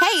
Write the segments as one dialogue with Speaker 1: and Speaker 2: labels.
Speaker 1: Hey,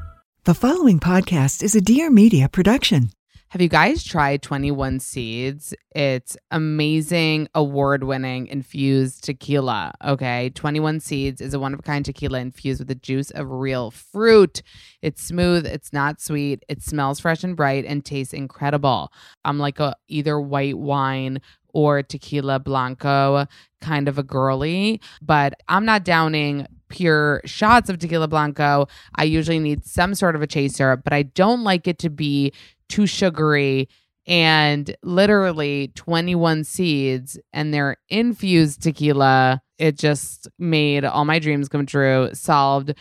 Speaker 2: The following podcast is a Dear Media production.
Speaker 3: Have you guys tried 21 Seeds? It's amazing, award winning infused tequila. Okay. 21 Seeds is a one of a kind tequila infused with the juice of real fruit. It's smooth, it's not sweet, it smells fresh and bright, and tastes incredible. I'm like a either white wine or tequila blanco kind of a girly, but I'm not downing pure shots of tequila blanco. I usually need some sort of a chaser, but I don't like it to be too sugary. And literally 21 seeds and their infused tequila, it just made all my dreams come true, solved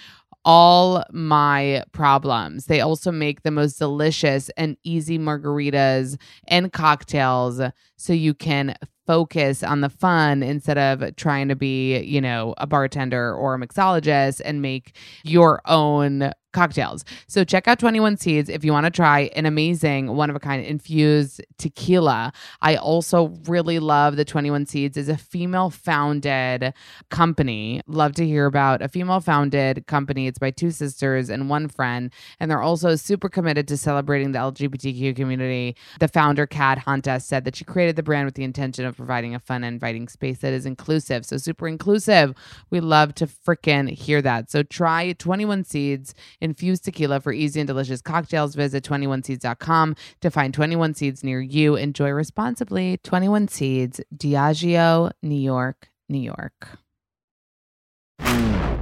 Speaker 3: all my problems. They also make the most delicious and easy margaritas and cocktails so you can focus on the fun instead of trying to be, you know, a bartender or a mixologist and make your own cocktails. So check out 21 Seeds if you want to try an amazing one of a kind infused tequila. I also really love that 21 Seeds is a female founded company. Love to hear about a female founded company. It's by two sisters and one friend, and they're also super committed to celebrating the LGBTQ community. The founder, Kat Hunta, said that she created the brand with the intention of providing a fun and inviting space that is inclusive. So super inclusive. We love to frickin' hear that. So try 21 Seeds infused tequila for easy and delicious cocktails. Visit 21seeds.com to find 21 Seeds near you. Enjoy responsibly. 21 Seeds, Diageo, New York, New York.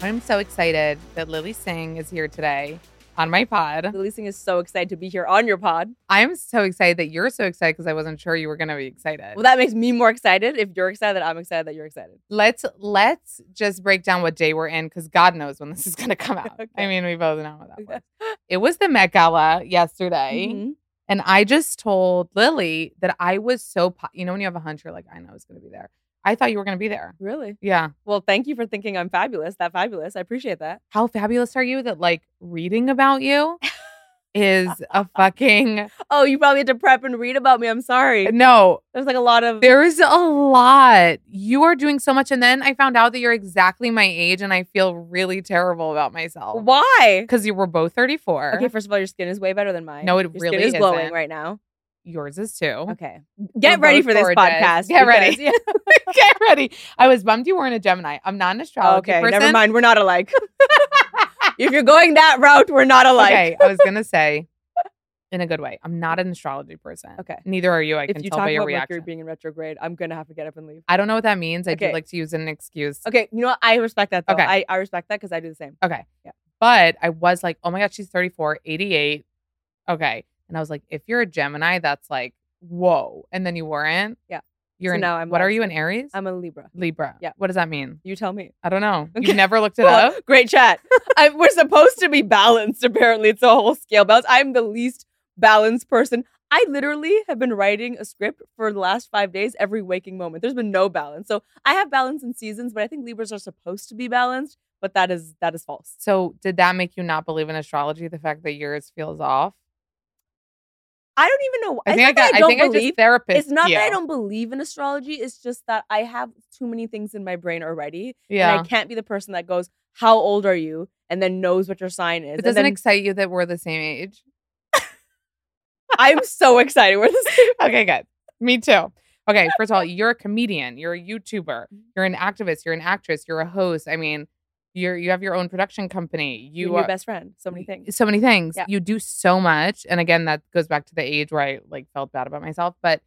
Speaker 3: I'm so excited that Lily Singh is here today on my pod.
Speaker 4: Lily is so excited to be here on your pod.
Speaker 3: I'm so excited that you're so excited because I wasn't sure you were going to be excited.
Speaker 4: Well, that makes me more excited. If you're excited, I'm excited that you're excited.
Speaker 3: let's let's just break down what day we're in because God knows when this is going to come out.
Speaker 4: Okay.
Speaker 3: I mean, we both know what that was. It was the Met Gala yesterday,
Speaker 4: Mhm.
Speaker 3: and I just told Lily that I was so po- you know when you have a hunch, you're like, I know I was going to be there. I thought you were going to be there.
Speaker 4: Really?
Speaker 3: Yeah.
Speaker 4: Well, thank you for thinking I'm fabulous. That fabulous. I appreciate that.
Speaker 3: How fabulous are you that like reading about you is a fucking
Speaker 4: Oh, you probably had to prep and read about me. I'm sorry.
Speaker 3: no.
Speaker 4: There's like a lot of
Speaker 3: There's a lot. You are doing so much. And then I found out that you're exactly my age, and I feel really terrible about myself.
Speaker 4: why?
Speaker 3: Because you were both 34.
Speaker 4: Okay, first of all, your skin is way better than mine.
Speaker 3: No, it
Speaker 4: your
Speaker 3: really
Speaker 4: skin is glowing
Speaker 3: isn't.
Speaker 4: right now.
Speaker 3: Yours is too.
Speaker 4: Okay, get
Speaker 3: We're
Speaker 4: ready
Speaker 3: both
Speaker 4: for this
Speaker 3: gorgeous.
Speaker 4: podcast.
Speaker 3: Get ready.
Speaker 4: because- Yeah.
Speaker 3: Get ready. I was bummed you weren't a Gemini. I'm not an astrology
Speaker 4: okay,
Speaker 3: person.
Speaker 4: never mind. We're not alike. if you're going that route, we're not alike.
Speaker 3: Okay, I was gonna say in a good way. I'm not an astrology person.
Speaker 4: Okay.
Speaker 3: Neither are you. I
Speaker 4: If
Speaker 3: can
Speaker 4: you
Speaker 3: tell
Speaker 4: talk
Speaker 3: by your
Speaker 4: about
Speaker 3: reaction.
Speaker 4: Mercury being in retrograde, I'm gonna have to get up and leave.
Speaker 3: I don't know what that means. I do
Speaker 4: Okay.
Speaker 3: like to use it as an excuse.
Speaker 4: Okay, you know what? I respect that. Though.
Speaker 3: Okay.
Speaker 4: I, I respect that because I do the same.
Speaker 3: Okay.
Speaker 4: Yeah.
Speaker 3: But I was like, oh my God, she's 34, 88. Okay. And I was like, if you're a Gemini, that's like, whoa. And then you weren't.
Speaker 4: Yeah.
Speaker 3: You're
Speaker 4: So
Speaker 3: in,
Speaker 4: now I'm
Speaker 3: what are
Speaker 4: lost.
Speaker 3: you, an Aries?
Speaker 4: I'm a Libra.
Speaker 3: Libra.
Speaker 4: Yeah.
Speaker 3: What does that mean?
Speaker 4: You tell me.
Speaker 3: I don't know. You
Speaker 4: Okay.
Speaker 3: never looked it
Speaker 4: Cool.
Speaker 3: up?
Speaker 4: Great chat. I, we're supposed to be balanced. Apparently, it's a whole scale balance. I'm the least balanced person. I literally have been writing a script for the last five days, every waking moment. There's been no balance. So I have balance in seasons, but I think Libras are supposed to be balanced, but that is that is false.
Speaker 3: So, did that make you not believe in astrology? The fact that yours feels off.
Speaker 4: I don't even know.
Speaker 3: I
Speaker 4: it's
Speaker 3: think I
Speaker 4: not that
Speaker 3: got. I,
Speaker 4: don't
Speaker 3: think I
Speaker 4: believe.
Speaker 3: just therapist.
Speaker 4: it's not
Speaker 3: you.
Speaker 4: that I don't believe in astrology. It's just that I have too many things in my brain already,
Speaker 3: Yeah.
Speaker 4: and I can't be the person that goes, "How old are you?" and then knows what your sign is.
Speaker 3: It
Speaker 4: And
Speaker 3: doesn't
Speaker 4: then-
Speaker 3: excite you that we're the same age.
Speaker 4: I'm so excited. We're the same.
Speaker 3: Okay, good. Me too. Okay, first of all, you're a comedian, you're a YouTuber,
Speaker 4: Mm-hmm.
Speaker 3: you're an activist, you're an actress, you're a host. I mean, you're you have your own production company.
Speaker 4: You
Speaker 3: You
Speaker 4: your
Speaker 3: are,
Speaker 4: new best friend. So many things.
Speaker 3: So many things.
Speaker 4: Yeah.
Speaker 3: You do so much. And again, that goes back to the age where I like felt bad about myself, but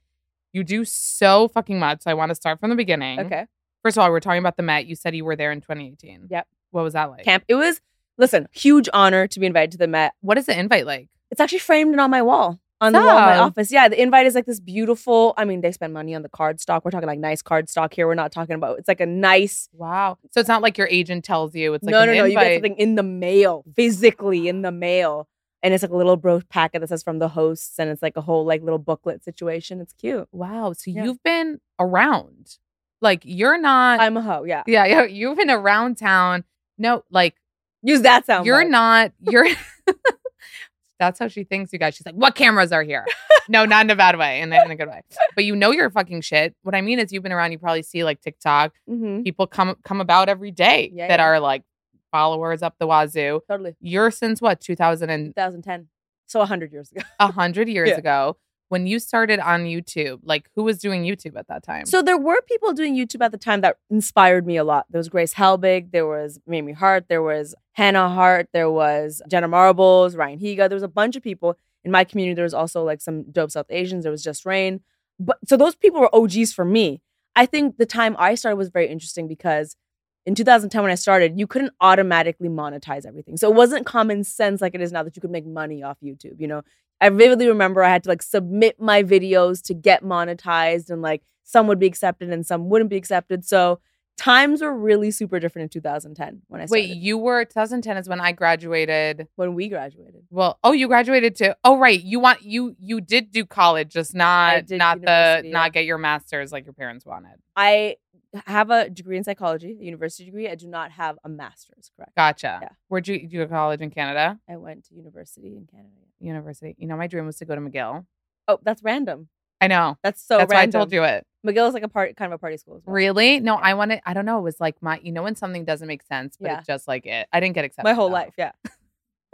Speaker 3: you do so fucking much. So I want to start from the beginning.
Speaker 4: Okay.
Speaker 3: First of all, we're talking about the Met. You said you were there in 2018.
Speaker 4: Yep.
Speaker 3: What was that like?
Speaker 4: Camp. It was listen, huge honor to be invited to the Met.
Speaker 3: What is the invite like?
Speaker 4: It's actually framed and on my wall. On the wall of my
Speaker 3: Stop.
Speaker 4: office. Yeah, the invite is like this beautiful. I mean, they spend money on the card stock. We're talking like nice card stock here. We're not talking about it's like a nice
Speaker 3: Wow. So it's not like your agent tells you. It's like
Speaker 4: no,
Speaker 3: an
Speaker 4: no, no. You get
Speaker 3: invite.
Speaker 4: something in the mail, physically in the mail, and it's like a little bro packet that says from the hosts, and it's like a whole like little booklet situation. It's cute.
Speaker 3: Wow. So
Speaker 4: Yeah.
Speaker 3: you've been around. Like you're not
Speaker 4: I'm a hoe. Yeah,
Speaker 3: Yeah, yeah, you've been around town. No, like
Speaker 4: use that sound.
Speaker 3: you're
Speaker 4: bite.
Speaker 3: not you're That's how she thinks, you guys. She's like, what cameras are here? no, not in a bad way, in a, in a good way. But you know your fucking shit. What I mean is you've been around, you probably see like TikTok.
Speaker 4: Mhm.
Speaker 3: People come come about every day
Speaker 4: Yeah,
Speaker 3: that
Speaker 4: yeah.
Speaker 3: are like followers up the wazoo.
Speaker 4: totally
Speaker 3: You're since what, 2000 and
Speaker 4: 2010. So 100 years ago.
Speaker 3: a 100 years
Speaker 4: Yeah.
Speaker 3: ago when you started on YouTube. Like who was doing YouTube at that time?
Speaker 4: So there were people doing YouTube at the time that inspired me a lot. There was Grace Helbig, there was Mamie Hart, there was Hannah Hart, there was Jenna Marbles, Ryan Higa. There was a bunch of people in my community. There was also like some dope South Asians. There was Just Rain. But so those people were OGs for me. I think the time I started was very interesting because in 2010 when I started, you couldn't automatically monetize everything. So it wasn't common sense like it is now that you could make money off YouTube, you know. I vividly remember I had to like submit my videos to get monetized and like some would be accepted and some wouldn't be accepted. So times were really super different in 2010 when I started.
Speaker 3: Wait, you were 2010 is when I graduated.
Speaker 4: when we graduated.
Speaker 3: Well, oh, you graduated too. Oh, right. You want you you did do college, just not
Speaker 4: did
Speaker 3: not the
Speaker 4: university, yeah.
Speaker 3: not get your master's like your parents wanted.
Speaker 4: I have a degree in psychology, a university degree. I do not have a master's, correct?
Speaker 3: Gotcha.
Speaker 4: Yeah.
Speaker 3: Where'd you do a college in Canada?
Speaker 4: I went to university in Canada.
Speaker 3: University. You know, my dream was to go to McGill.
Speaker 4: Oh, that's random.
Speaker 3: I know.
Speaker 4: That's so
Speaker 3: That's
Speaker 4: Oh, random.
Speaker 3: why I told you it.
Speaker 4: McGill is like a part, kind of a party school. As well.
Speaker 3: Really? No, I wanted. I don't know. It was like my. You know, when something doesn't make sense, but
Speaker 4: Yeah.
Speaker 3: it's just like it. I didn't get accepted
Speaker 4: My whole
Speaker 3: though.
Speaker 4: life, yeah.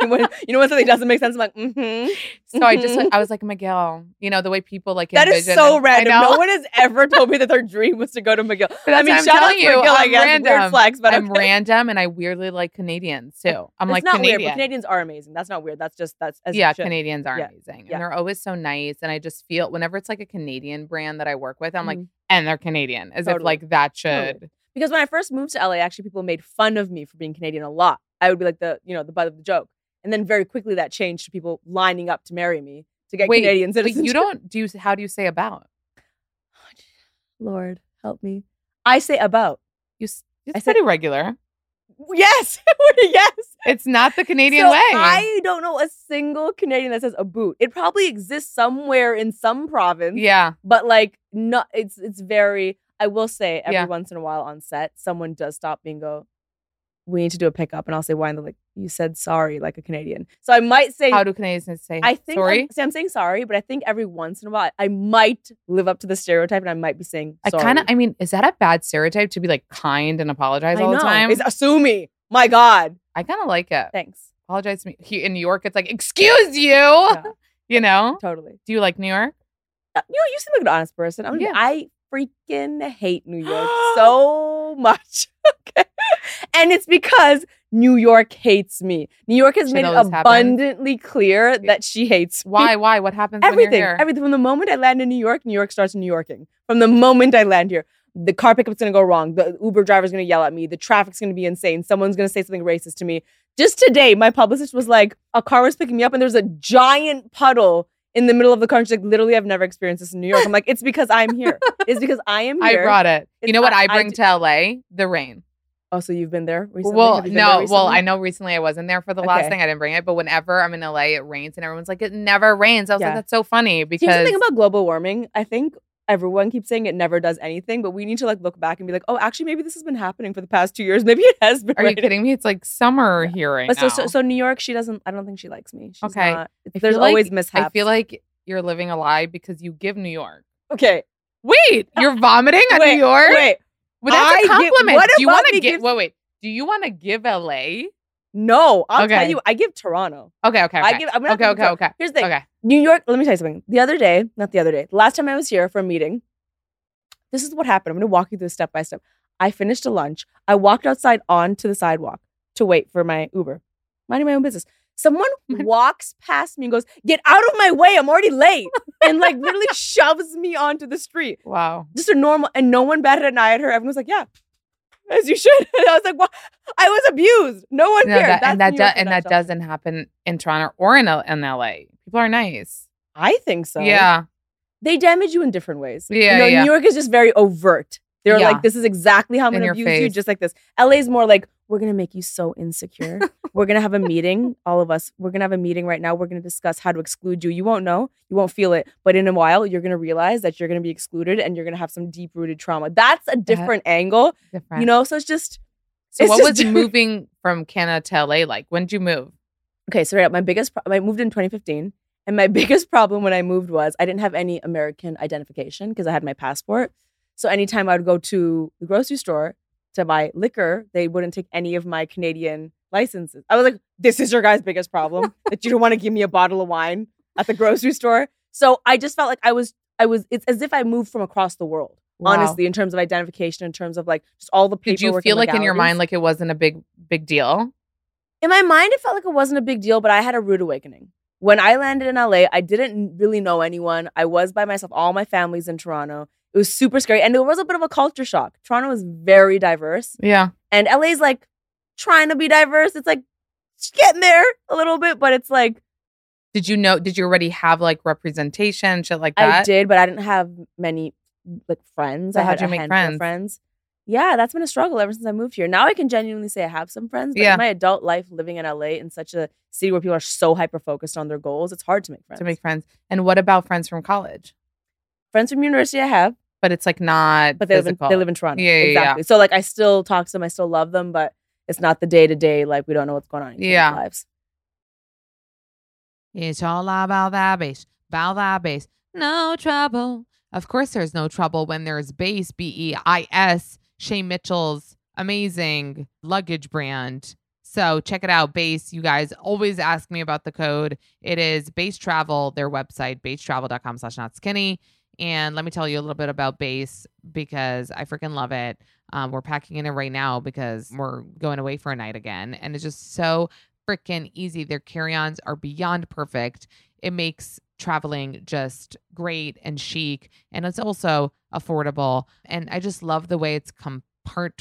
Speaker 4: you know when you know when something doesn't make sense, I'm like, mm-hmm.
Speaker 3: So I just I was like McGill. You know the way people like
Speaker 4: That is
Speaker 3: envision
Speaker 4: so
Speaker 3: and- I
Speaker 4: random.
Speaker 3: know.
Speaker 4: No one has ever told me that their dream was to go to McGill.
Speaker 3: But that's
Speaker 4: I mean,
Speaker 3: what I'm
Speaker 4: shout out
Speaker 3: telling
Speaker 4: to
Speaker 3: you.
Speaker 4: McGill, I
Speaker 3: I'm
Speaker 4: guess.
Speaker 3: random.
Speaker 4: Weird flex, but
Speaker 3: I'm
Speaker 4: okay.
Speaker 3: random and I weirdly like Canadians too. I'm
Speaker 4: It's
Speaker 3: like
Speaker 4: not
Speaker 3: Canadian.
Speaker 4: weird, but Canadians are amazing. That's not weird. That's just that's as it
Speaker 3: yeah,
Speaker 4: should.
Speaker 3: Canadians are
Speaker 4: Yeah.
Speaker 3: amazing.
Speaker 4: Yeah.
Speaker 3: And they're always so nice. And I just feel whenever it's like a Canadian brand that I work with, I'm like, and they're Canadian. As if
Speaker 4: Mm-hmm. Totally.
Speaker 3: like that
Speaker 4: Totally.
Speaker 3: should
Speaker 4: because when I first moved to LA, actually, people made fun of me for being Canadian a lot. I would be like the you know the butt of the joke, and then very quickly that changed to people lining up to marry me to get
Speaker 3: Wait,
Speaker 4: Canadian
Speaker 3: but
Speaker 4: citizenship.
Speaker 3: you don't do you how do you say about?
Speaker 4: Lord help me. I say about
Speaker 3: You s- it's
Speaker 4: I said-
Speaker 3: pretty regular.
Speaker 4: yes, yes.
Speaker 3: It's not the Canadian
Speaker 4: so
Speaker 3: way.
Speaker 4: I don't know a single Canadian that says a boot. It probably exists somewhere in some province.
Speaker 3: yeah.
Speaker 4: but like not it's it's very i will say every
Speaker 3: Yeah.
Speaker 4: once in a while on set someone does stop me and go we need to do a pickup and i'll say why and they're like you said sorry like a canadian so i might say
Speaker 3: How do Canadians say
Speaker 4: i think
Speaker 3: sorry?
Speaker 4: I'm, see, I'm saying sorry but i think every once in a while i might live up to the stereotype and i might be saying
Speaker 3: I
Speaker 4: sorry.
Speaker 3: kind of I mean, is that a bad stereotype to be like kind and apologize
Speaker 4: I
Speaker 3: all the
Speaker 4: know.
Speaker 3: time?
Speaker 4: it's Eh. assuming my god
Speaker 3: I kind of like it.
Speaker 4: thanks
Speaker 3: Apologize to me. Here in New York it's like, "Excuse you."
Speaker 4: Yeah,
Speaker 3: You know?
Speaker 4: totally
Speaker 3: Do you like New York?
Speaker 4: Uh, you know you seem like an honest person I'm,
Speaker 3: Yeah.
Speaker 4: i freaking hate new york so much okay and it's because new york hates me new york has
Speaker 3: Shit
Speaker 4: made it
Speaker 3: always happens.
Speaker 4: abundantly clear that she hates me.
Speaker 3: Why? Why? What happens when
Speaker 4: everything
Speaker 3: you're here?
Speaker 4: everything from the moment i land in new york new york starts new yorking from the moment i land here the car pickup's gonna go wrong the uber driver's gonna yell at me the traffic's gonna be insane someone's gonna say something racist to me just today my publicist was like a car was picking me up and there's a giant puddle in the middle of the car, and she's like, literally, I've never experienced this in New York. I'm like, it's because I'm here. It's because I am
Speaker 3: I
Speaker 4: here.
Speaker 3: brought it. You
Speaker 4: It's
Speaker 3: know what
Speaker 4: not-
Speaker 3: I
Speaker 4: I
Speaker 3: bring
Speaker 4: do-
Speaker 3: to LA? The rain.
Speaker 4: Oh, so you've been there recently?
Speaker 5: Well,
Speaker 4: Have you been there
Speaker 5: no. Well,
Speaker 4: recently?
Speaker 5: I know recently I wasn't there for the last
Speaker 4: Okay.
Speaker 5: thing. I didn't bring it, but whenever I'm in LA, it rains, and everyone's like, "It never rains." I was
Speaker 4: Yeah.
Speaker 5: like, "That's so funny," because
Speaker 4: Here's the thing about global warming. I think everyone keeps saying it never does anything, but we need to like look back and be like, oh, actually, maybe this has been happening for the past two years. Maybe it has been.
Speaker 5: are you
Speaker 4: raining.
Speaker 5: kidding me? It's like summer
Speaker 4: Yeah.
Speaker 5: here right
Speaker 4: But so,
Speaker 5: now.
Speaker 4: so, so New York, she doesn't. I don't think she likes me. She's
Speaker 5: Okay.
Speaker 4: not-
Speaker 5: I
Speaker 4: there's
Speaker 5: feel like-
Speaker 4: always mishaps.
Speaker 5: I feel like you're living a lie because you give New York.
Speaker 4: okay.
Speaker 5: Wait, you're vomiting on
Speaker 4: Wait,
Speaker 5: New York?
Speaker 4: Wait,
Speaker 5: Well, that's a
Speaker 4: I give-
Speaker 5: compliment.
Speaker 4: what
Speaker 5: Do you
Speaker 4: about
Speaker 5: want
Speaker 4: me
Speaker 5: to give?
Speaker 4: gives-
Speaker 5: Wait, wait. Do you want to give LA? Okay,
Speaker 4: no. I'll tell
Speaker 5: Okay.
Speaker 4: you. I give Toronto.
Speaker 5: okay, okay.
Speaker 4: I give. I'm not
Speaker 5: okay,
Speaker 4: giving
Speaker 5: okay,
Speaker 4: Toronto.
Speaker 5: okay.
Speaker 4: Here's the thing.
Speaker 5: Okay.
Speaker 4: New York. Let me tell you something. The other day, not the other day. Last time I was here for a meeting, this is what happened. I'm going to walk you through step by step. I finished a lunch. I walked outside onto the sidewalk to wait for my Uber, minding my own business. Someone walks past me and goes, "Get out of my way! I'm already late!" and like literally shoves me onto the street.
Speaker 5: Wow.
Speaker 4: just a normal, and no one batted an eye at her. Everyone was like, "Yeah, as you should." And I was like, "What?" I was abused. No one
Speaker 5: No, that,
Speaker 4: cared.
Speaker 5: and that
Speaker 4: That's New
Speaker 5: do,
Speaker 4: York in
Speaker 5: and
Speaker 4: a
Speaker 5: that
Speaker 4: nutshell.
Speaker 5: doesn't happen in Toronto or in, L- in LA. People are nice.
Speaker 4: I think so.
Speaker 5: Yeah.
Speaker 4: they damage you in different ways.
Speaker 5: Yeah,
Speaker 4: you know,
Speaker 5: yeah.
Speaker 4: New York is just very overt. They're
Speaker 5: Yeah.
Speaker 4: like, "This is exactly how I'm
Speaker 5: In
Speaker 4: going to
Speaker 5: your
Speaker 4: abuse you,"
Speaker 5: face.
Speaker 4: just like this. LA's more like, "We're going to make you so insecure. we're going to have a meeting, all of us. We're going to have a meeting right now. We're going to discuss how to exclude you. You won't know, you won't feel it, but in a while, you're going to realize that you're going to be excluded, and you're going to have some deep rooted trauma. That's a different angle."
Speaker 5: Different.
Speaker 4: You know, so it's just
Speaker 5: so
Speaker 4: it's
Speaker 5: what
Speaker 4: just
Speaker 5: was
Speaker 4: different.
Speaker 5: moving from Canada to LA like? When did you move?
Speaker 4: okay. So right up, my biggest pro- I moved in 2015, and my biggest problem when I moved was I didn't have any American identification because I had my passport. So anytime I would go to the grocery store to buy liquor, they wouldn't take any of my Canadian licenses. I was like, "This is your guy's biggest problem that you don't want to give me a bottle of wine at the grocery store." So I just felt like I was I was it's as if I moved from across the world.
Speaker 5: Wow.
Speaker 4: Honestly, in terms of identification, in terms of like just all the paperwork.
Speaker 5: Did you
Speaker 4: and
Speaker 5: feel like in your
Speaker 4: legalities.
Speaker 5: mind like it wasn't a big big deal?
Speaker 4: in my mind, it felt like it wasn't a big deal, but I had a rude awakening. When I landed in LA, I didn't really know anyone. I was by myself. All my family's in Toronto. It was super scary. And it was a bit of a culture shock. Toronto is very diverse.
Speaker 5: Yeah.
Speaker 4: And LA's like trying to be diverse. It's like it's getting there a little bit, but it's like
Speaker 5: Did you know? Did you already have like representation, shit like
Speaker 4: I
Speaker 5: that?
Speaker 4: did, but I didn't have many like friends.
Speaker 5: So
Speaker 4: I
Speaker 5: how'd
Speaker 4: had
Speaker 5: you
Speaker 4: a
Speaker 5: make
Speaker 4: handful of
Speaker 5: friends?
Speaker 4: friends. Yeah, that's been a struggle ever since I moved here. Now I can genuinely say I have some friends. But
Speaker 5: Yeah.
Speaker 4: in my adult life living in LA in such a city where people are so hyper focused on their goals, it's hard to make friends.
Speaker 5: To make friends. And what about friends from college?
Speaker 4: friends from university I have,
Speaker 5: But it's like not.
Speaker 4: but they live, in,
Speaker 5: physical.
Speaker 4: they live in Toronto.
Speaker 5: Yeah, yeah, yeah.
Speaker 4: exactly. So like I still talk to them, I still love them, but it's not the day to day. Like we don't know what's going on in yeah.
Speaker 5: Yeah.
Speaker 4: lives.
Speaker 3: It's all about that bass, about that bass. No trouble. Of course, there's no trouble when there's bass, B E I S, Shay Mitchell's amazing luggage brand. So check it out, Base. You guys always ask me about the code. It is Base Travel, their website, basetravel.com slash not skinny. And let me tell you a little bit about Base because I freaking love it. Um, we're packing in it right now because we're going away for a night again. And it's just so freaking easy. Their carry ons are beyond perfect. It makes traveling just great and chic, and it's also affordable. And I just love the way it's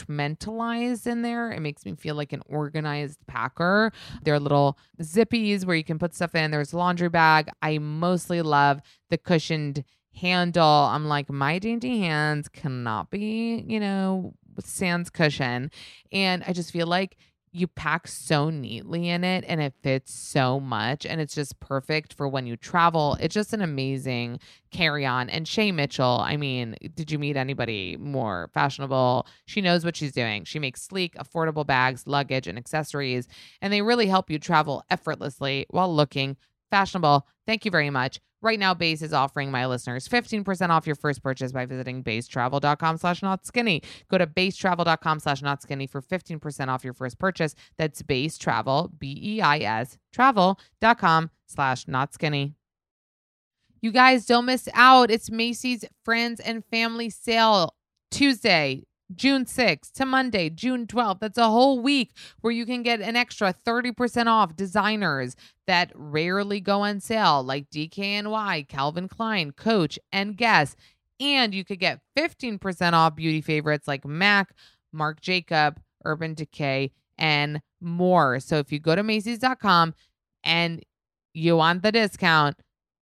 Speaker 3: compartmentalized in there. It makes me feel like an organized packer. There are little zippies where you can put stuff in, there's a laundry bag. I mostly love the cushioned handle. I'm like, my dainty hands cannot be, you know, sans cushion. And I just feel like you pack so neatly in it and it fits so much and it's just perfect for when you travel. It's just an amazing carry on. And Shay Mitchell, I mean, did you meet anybody more fashionable? She knows what she's doing. She makes sleek, affordable bags, luggage, and accessories, and they really help you travel effortlessly while looking fashionable. Thank you very much. Right now, Base is offering my listeners 15% off your first purchase by visiting basetravel.com slash not skinny. Go to basetravel.com slash not skinny for 15% off your first purchase. That's base travel, B E I S, travel.com slash not skinny. You guys don't miss out. It's Macy's Friends and Family Sale Tuesday, June 6th to Monday, June 12th. That's a whole week where you can get an extra 30% off designers that rarely go on sale, like DKNY, Calvin Klein, Coach, and Guess. And you could get 15% off beauty favorites like MAC, Marc Jacob, Urban Decay, and more. So if you go to Macy's.com and you want the discount,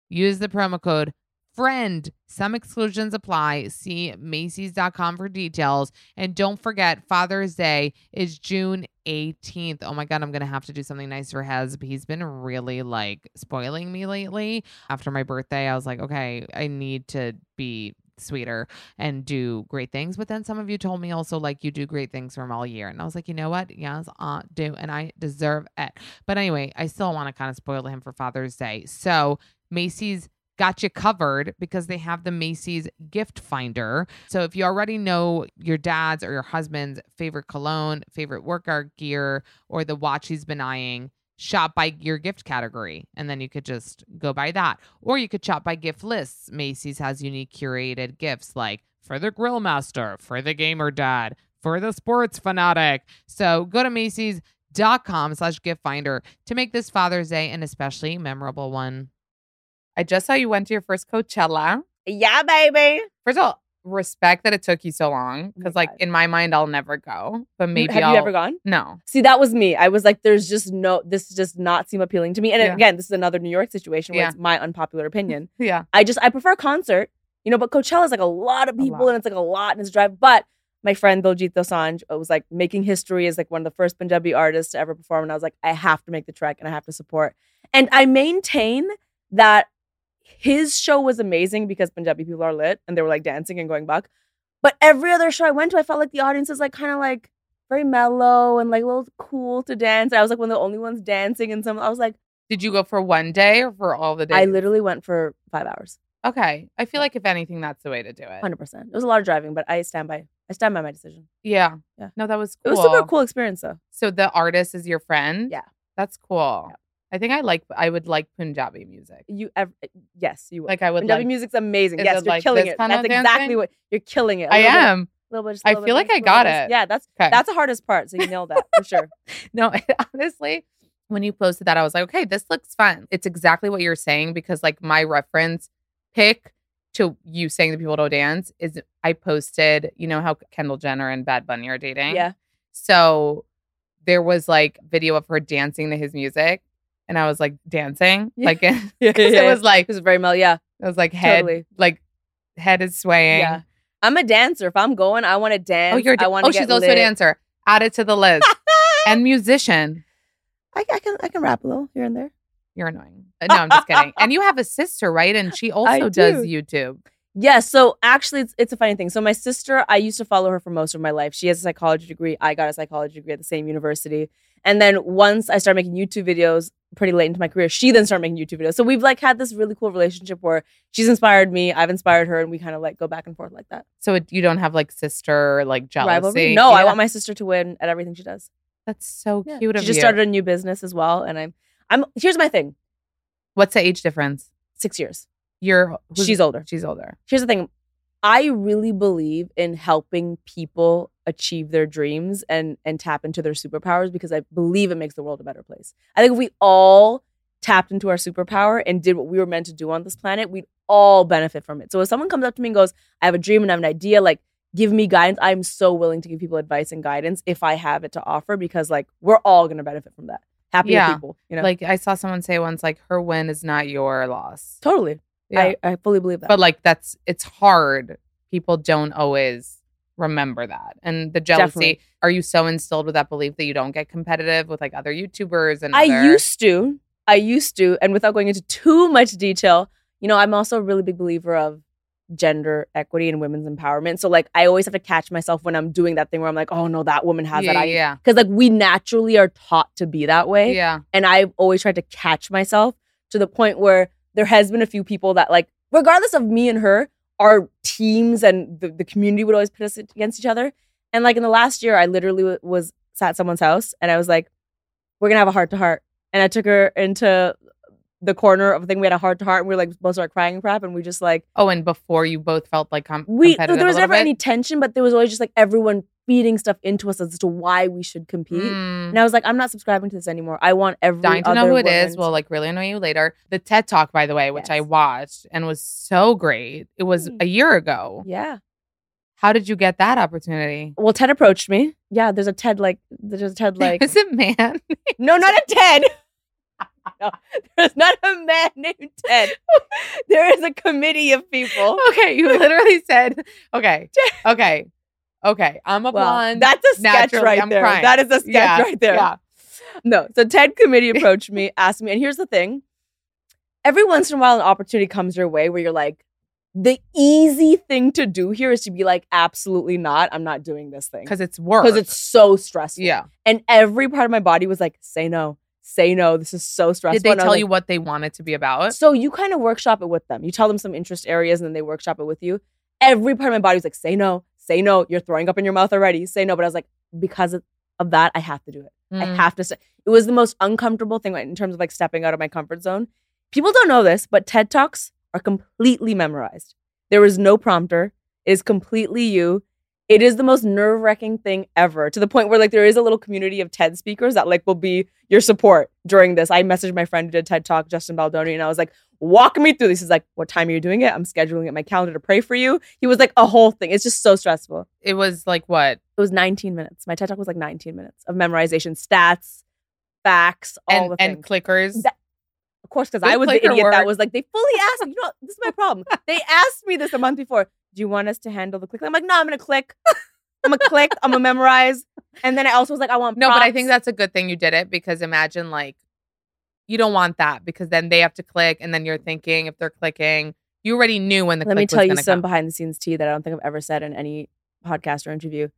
Speaker 3: use the promo code friend. Some exclusions apply. See Macy's.com for details. And don't forget, Father's Day is June 18th. Oh my God, I'm going to have to do something nice for Hez. He's been really like spoiling me lately. After my birthday, I was like, okay, I need to be sweeter and do great things. But then some of you told me also, like, you do great things for him all year. And I was like, you know what? Yes, I do. And I deserve it. But anyway, I still want to kind of spoil him for Father's Day. So Macy's got you covered because they have the Macy's gift finder. So if you already know your dad's or your husband's favorite cologne, favorite workout gear, or the watch he's been eyeing, shop by your gift category and then you could just go by that or you could shop by gift lists macy's has unique curated gifts like for the grill master for the gamer dad for the sports fanatic so go to macy's.com slash gift finder to make this father's day an especially memorable one
Speaker 5: I just saw you went to your first Coachella.
Speaker 4: Yeah, baby.
Speaker 5: First of all, respect that it took you so long
Speaker 4: my
Speaker 5: because, like,
Speaker 4: God.
Speaker 5: in my mind, I'll never go. But maybe
Speaker 4: have
Speaker 5: I'll
Speaker 4: you ever gone?
Speaker 5: No.
Speaker 4: See, that was me. I was like, there's just no, this does not seem appealing to me. And
Speaker 5: Yeah.
Speaker 4: again, this is another New York situation where
Speaker 5: Yeah.
Speaker 4: it's my unpopular opinion.
Speaker 5: Yeah.
Speaker 4: I just, I prefer concert, you know, but Coachella is like a lot of
Speaker 5: A
Speaker 4: people
Speaker 5: lot.
Speaker 4: and it's like a lot and it's a drive. But my friend Diljit Dosanjh was like making history as like one of the first Punjabi artists to ever perform. And I was like, I have to make the trek and I have to support. And I maintain that his show was amazing because Punjabi people are lit and they were like dancing and going buck. But every other show I went to, I felt like the audience is like kind of like very mellow and like a little cool to dance. I was like one of the only ones dancing and some I was like,
Speaker 5: Did you go for one day or for all the days?
Speaker 4: I literally went for five hours.
Speaker 5: okay. I feel like if anything, that's the way to do it.
Speaker 4: Hundred percent. It was a lot of driving, but I stand by I stand by my decision.
Speaker 5: Yeah.
Speaker 4: Yeah.
Speaker 5: No, that was
Speaker 4: It
Speaker 5: cool.
Speaker 4: was a super cool experience though.
Speaker 5: So the artist is your friend.
Speaker 4: Yeah.
Speaker 5: That's cool. I think I like. I would like Punjabi music.
Speaker 4: You ever yes, you
Speaker 5: Like I would
Speaker 4: Punjabi
Speaker 5: like.
Speaker 4: music's amazing.
Speaker 5: Is
Speaker 4: yes,
Speaker 5: it
Speaker 4: you're
Speaker 5: like
Speaker 4: killing
Speaker 5: this
Speaker 4: it.
Speaker 5: kind of
Speaker 4: That's exactly
Speaker 5: dancing?
Speaker 4: what you're killing it. A
Speaker 5: I
Speaker 4: little bit-
Speaker 5: am.
Speaker 4: little bit, just a
Speaker 5: I
Speaker 4: little bit
Speaker 5: feel
Speaker 4: of
Speaker 5: like
Speaker 4: this,
Speaker 5: I
Speaker 4: a little
Speaker 5: got
Speaker 4: bit of this.
Speaker 5: it.
Speaker 4: Yeah, that's
Speaker 5: 'Kay.
Speaker 4: that's the hardest part. So you nailed that for sure.
Speaker 5: No, honestly, when you posted that, I was like, okay, this looks fun. It's exactly what you're saying because, like, my reference pick to you saying the people don't dance is I posted, you know, how Kendall Jenner and Bad Bunny are dating.
Speaker 4: Yeah.
Speaker 5: So there was like video of her dancing to his music. And I was like dancing,
Speaker 4: Yeah.
Speaker 5: like 'cause
Speaker 4: yeah,
Speaker 5: it was like
Speaker 4: it was very mellow. Yeah,
Speaker 5: it was like head,
Speaker 4: totally.
Speaker 5: like head is swaying.
Speaker 4: Yeah. I'm a dancer. If I'm going, I want to dance.
Speaker 5: Oh, you're. A
Speaker 4: I
Speaker 5: dan-
Speaker 4: want
Speaker 5: oh,
Speaker 4: to
Speaker 5: she's
Speaker 4: get
Speaker 5: also a
Speaker 4: lit.
Speaker 5: dancer. Add it to the list. and musician.
Speaker 4: I, I can I can rap a little here and there.
Speaker 5: You're annoying. Uh, No, I'm just kidding. And you have a sister, right? And she also does YouTube.
Speaker 4: Yeah, so actually it's it's a funny thing. So my sister, I used to follow her for most of my life. She has a psychology degree. I got a psychology degree at the same university. And then once I started making YouTube videos pretty late into my career, she then started making YouTube videos. So we've like had this really cool relationship where she's inspired me, I've inspired her, and we kind of like go back and forth like that.
Speaker 5: So it, you don't have like sister like jealousy.
Speaker 4: Rivalry? No, I
Speaker 5: Yeah.
Speaker 4: want my sister to win at everything she does.
Speaker 5: That's so
Speaker 4: Yeah.
Speaker 5: cute of
Speaker 4: She just
Speaker 5: you.
Speaker 4: started a new business as well. And I'm I'm here's my thing.
Speaker 5: What's the age difference?
Speaker 4: Six years.
Speaker 5: You're who's-
Speaker 4: She's older.
Speaker 5: She's older.
Speaker 4: here's the thing i really believe in helping people achieve their dreams and and tap into their superpowers because i believe it makes the world a better place i think if we all tapped into our superpower and did what we were meant to do on this planet we'd all benefit from it so if someone comes up to me and goes i have a dream and i have an idea like give me guidance i'm so willing to give people advice and guidance if i have it to offer because like we're all going to benefit from that happy
Speaker 5: Yeah.
Speaker 4: people you know
Speaker 5: Like I saw someone say once, like her win is not your loss.
Speaker 4: totally
Speaker 5: Yeah.
Speaker 4: I, I fully believe that
Speaker 5: but like that's it's hard. People don't always remember that. And the jealousy.
Speaker 4: Definitely.
Speaker 5: Are you so instilled with that belief that you don't get competitive with like other YouTubers and
Speaker 4: I
Speaker 5: other-
Speaker 4: used to. I used to, and without going into too much detail, you know, I'm also a really big believer of gender equity and women's empowerment. So like I always have to catch myself when I'm doing that thing where I'm like, oh no, that woman has
Speaker 5: yeah,
Speaker 4: that idea.
Speaker 5: yeah,
Speaker 4: Because like we naturally are taught to be that way.
Speaker 5: yeah.
Speaker 4: And I've always tried to catch myself to the point where there has been a few people that like, regardless of me and her, our teams and the, the community would always pit us against each other. And like in the last year, I literally w- was sat at someone's house and I was like, we're gonna have a heart to heart. And I took her into the corner of the thing. We had a heart to heart and we were like both started crying and crap. And we just like,
Speaker 5: Oh, and before you both felt like com-
Speaker 4: we
Speaker 5: competitive
Speaker 4: there was
Speaker 5: a
Speaker 4: never
Speaker 5: little bit?
Speaker 4: any tension, but there was always just like everyone feeding stuff into us as to why we should compete.
Speaker 5: Mm.
Speaker 4: And I was like, I'm not subscribing to this anymore. I want every
Speaker 5: dying to know
Speaker 4: other
Speaker 5: who it
Speaker 4: woman
Speaker 5: is will like really annoy you later. The TED Talk, by the way, which I
Speaker 4: Yes. Hmm.
Speaker 5: watched and was so great. It was a year ago.
Speaker 4: Yeah.
Speaker 5: How did you get that opportunity?
Speaker 4: Well, Ted approached me. Yeah, there's a Ted like there's a Ted like
Speaker 5: Is it man?
Speaker 4: no, not a Ted. No, there's not a man named Ted. There is a committee of people.
Speaker 3: Okay, you literally said, okay, okay, okay. I'm a
Speaker 4: Wow,
Speaker 3: blonde.
Speaker 4: that's a sketch
Speaker 3: naturally,
Speaker 4: right
Speaker 3: I'm
Speaker 4: there.
Speaker 3: crying.
Speaker 4: That is a sketch
Speaker 3: Yeah,
Speaker 4: right there.
Speaker 3: Yeah.
Speaker 4: No. So Ted committee approached me, asked me, and here's the thing. Every once in a while an opportunity comes your way where you're like, the easy thing to do here is to be like, absolutely not, I'm not doing this thing.
Speaker 3: Because it's work.
Speaker 4: Because it's so stressful.
Speaker 3: yeah.
Speaker 4: And every part of my body was like, say no, say no. This is so stressful.
Speaker 3: Did they
Speaker 4: And I was
Speaker 3: tell
Speaker 4: like,
Speaker 3: you what they wanted to be about?
Speaker 4: So you kind of workshop it with them. You tell them some interest areas and then they workshop it with you. Every part of my body was like, say no, say no. You're throwing up in your mouth already. Say no. But I was like, because of, of that, I have to do it.
Speaker 5: Hmm.
Speaker 4: I
Speaker 3: Mm.
Speaker 4: have to say it was the most uncomfortable thing in terms of like stepping out of my comfort zone. People don't know this, but TED Talks are completely memorized. There is no prompter. It is completely you. It is the most nerve-wracking thing ever. To the point where like there is a little community of TED speakers that like will be your support during this. I messaged my friend who did TED Talk, Justin Baldoni, and I was like, walk me through this. He's like, what time are you doing it? I'm scheduling it in my calendar to pray for you. He was like a whole thing. It's just so stressful
Speaker 3: It was like what?
Speaker 4: it was 19 minutes. My TED talk was like 19 minutes of memorization, stats, facts, all
Speaker 3: and
Speaker 4: the
Speaker 3: and
Speaker 4: things.
Speaker 3: clickers.
Speaker 4: That- of course, because I
Speaker 3: Good
Speaker 4: was the
Speaker 3: clicker
Speaker 4: idiot that
Speaker 3: work.
Speaker 4: was like, they fully asked me. You know, this is my problem. They asked me this a month before. Do you want us to handle the click? I'm like, no, I'm gonna click. I'm gonna click. I'm gonna memorize. And then I also was like, I want
Speaker 3: no, but I think
Speaker 4: prompts.
Speaker 3: that's a good thing you did it because imagine like you don't want that because then they have to click and then you're thinking if they're clicking, you already knew when the
Speaker 4: Let
Speaker 3: click
Speaker 4: me tell
Speaker 3: was
Speaker 4: you
Speaker 3: gonna
Speaker 4: some
Speaker 3: come.
Speaker 4: behind the scenes tea that I don't think I've ever said in any podcast or interview.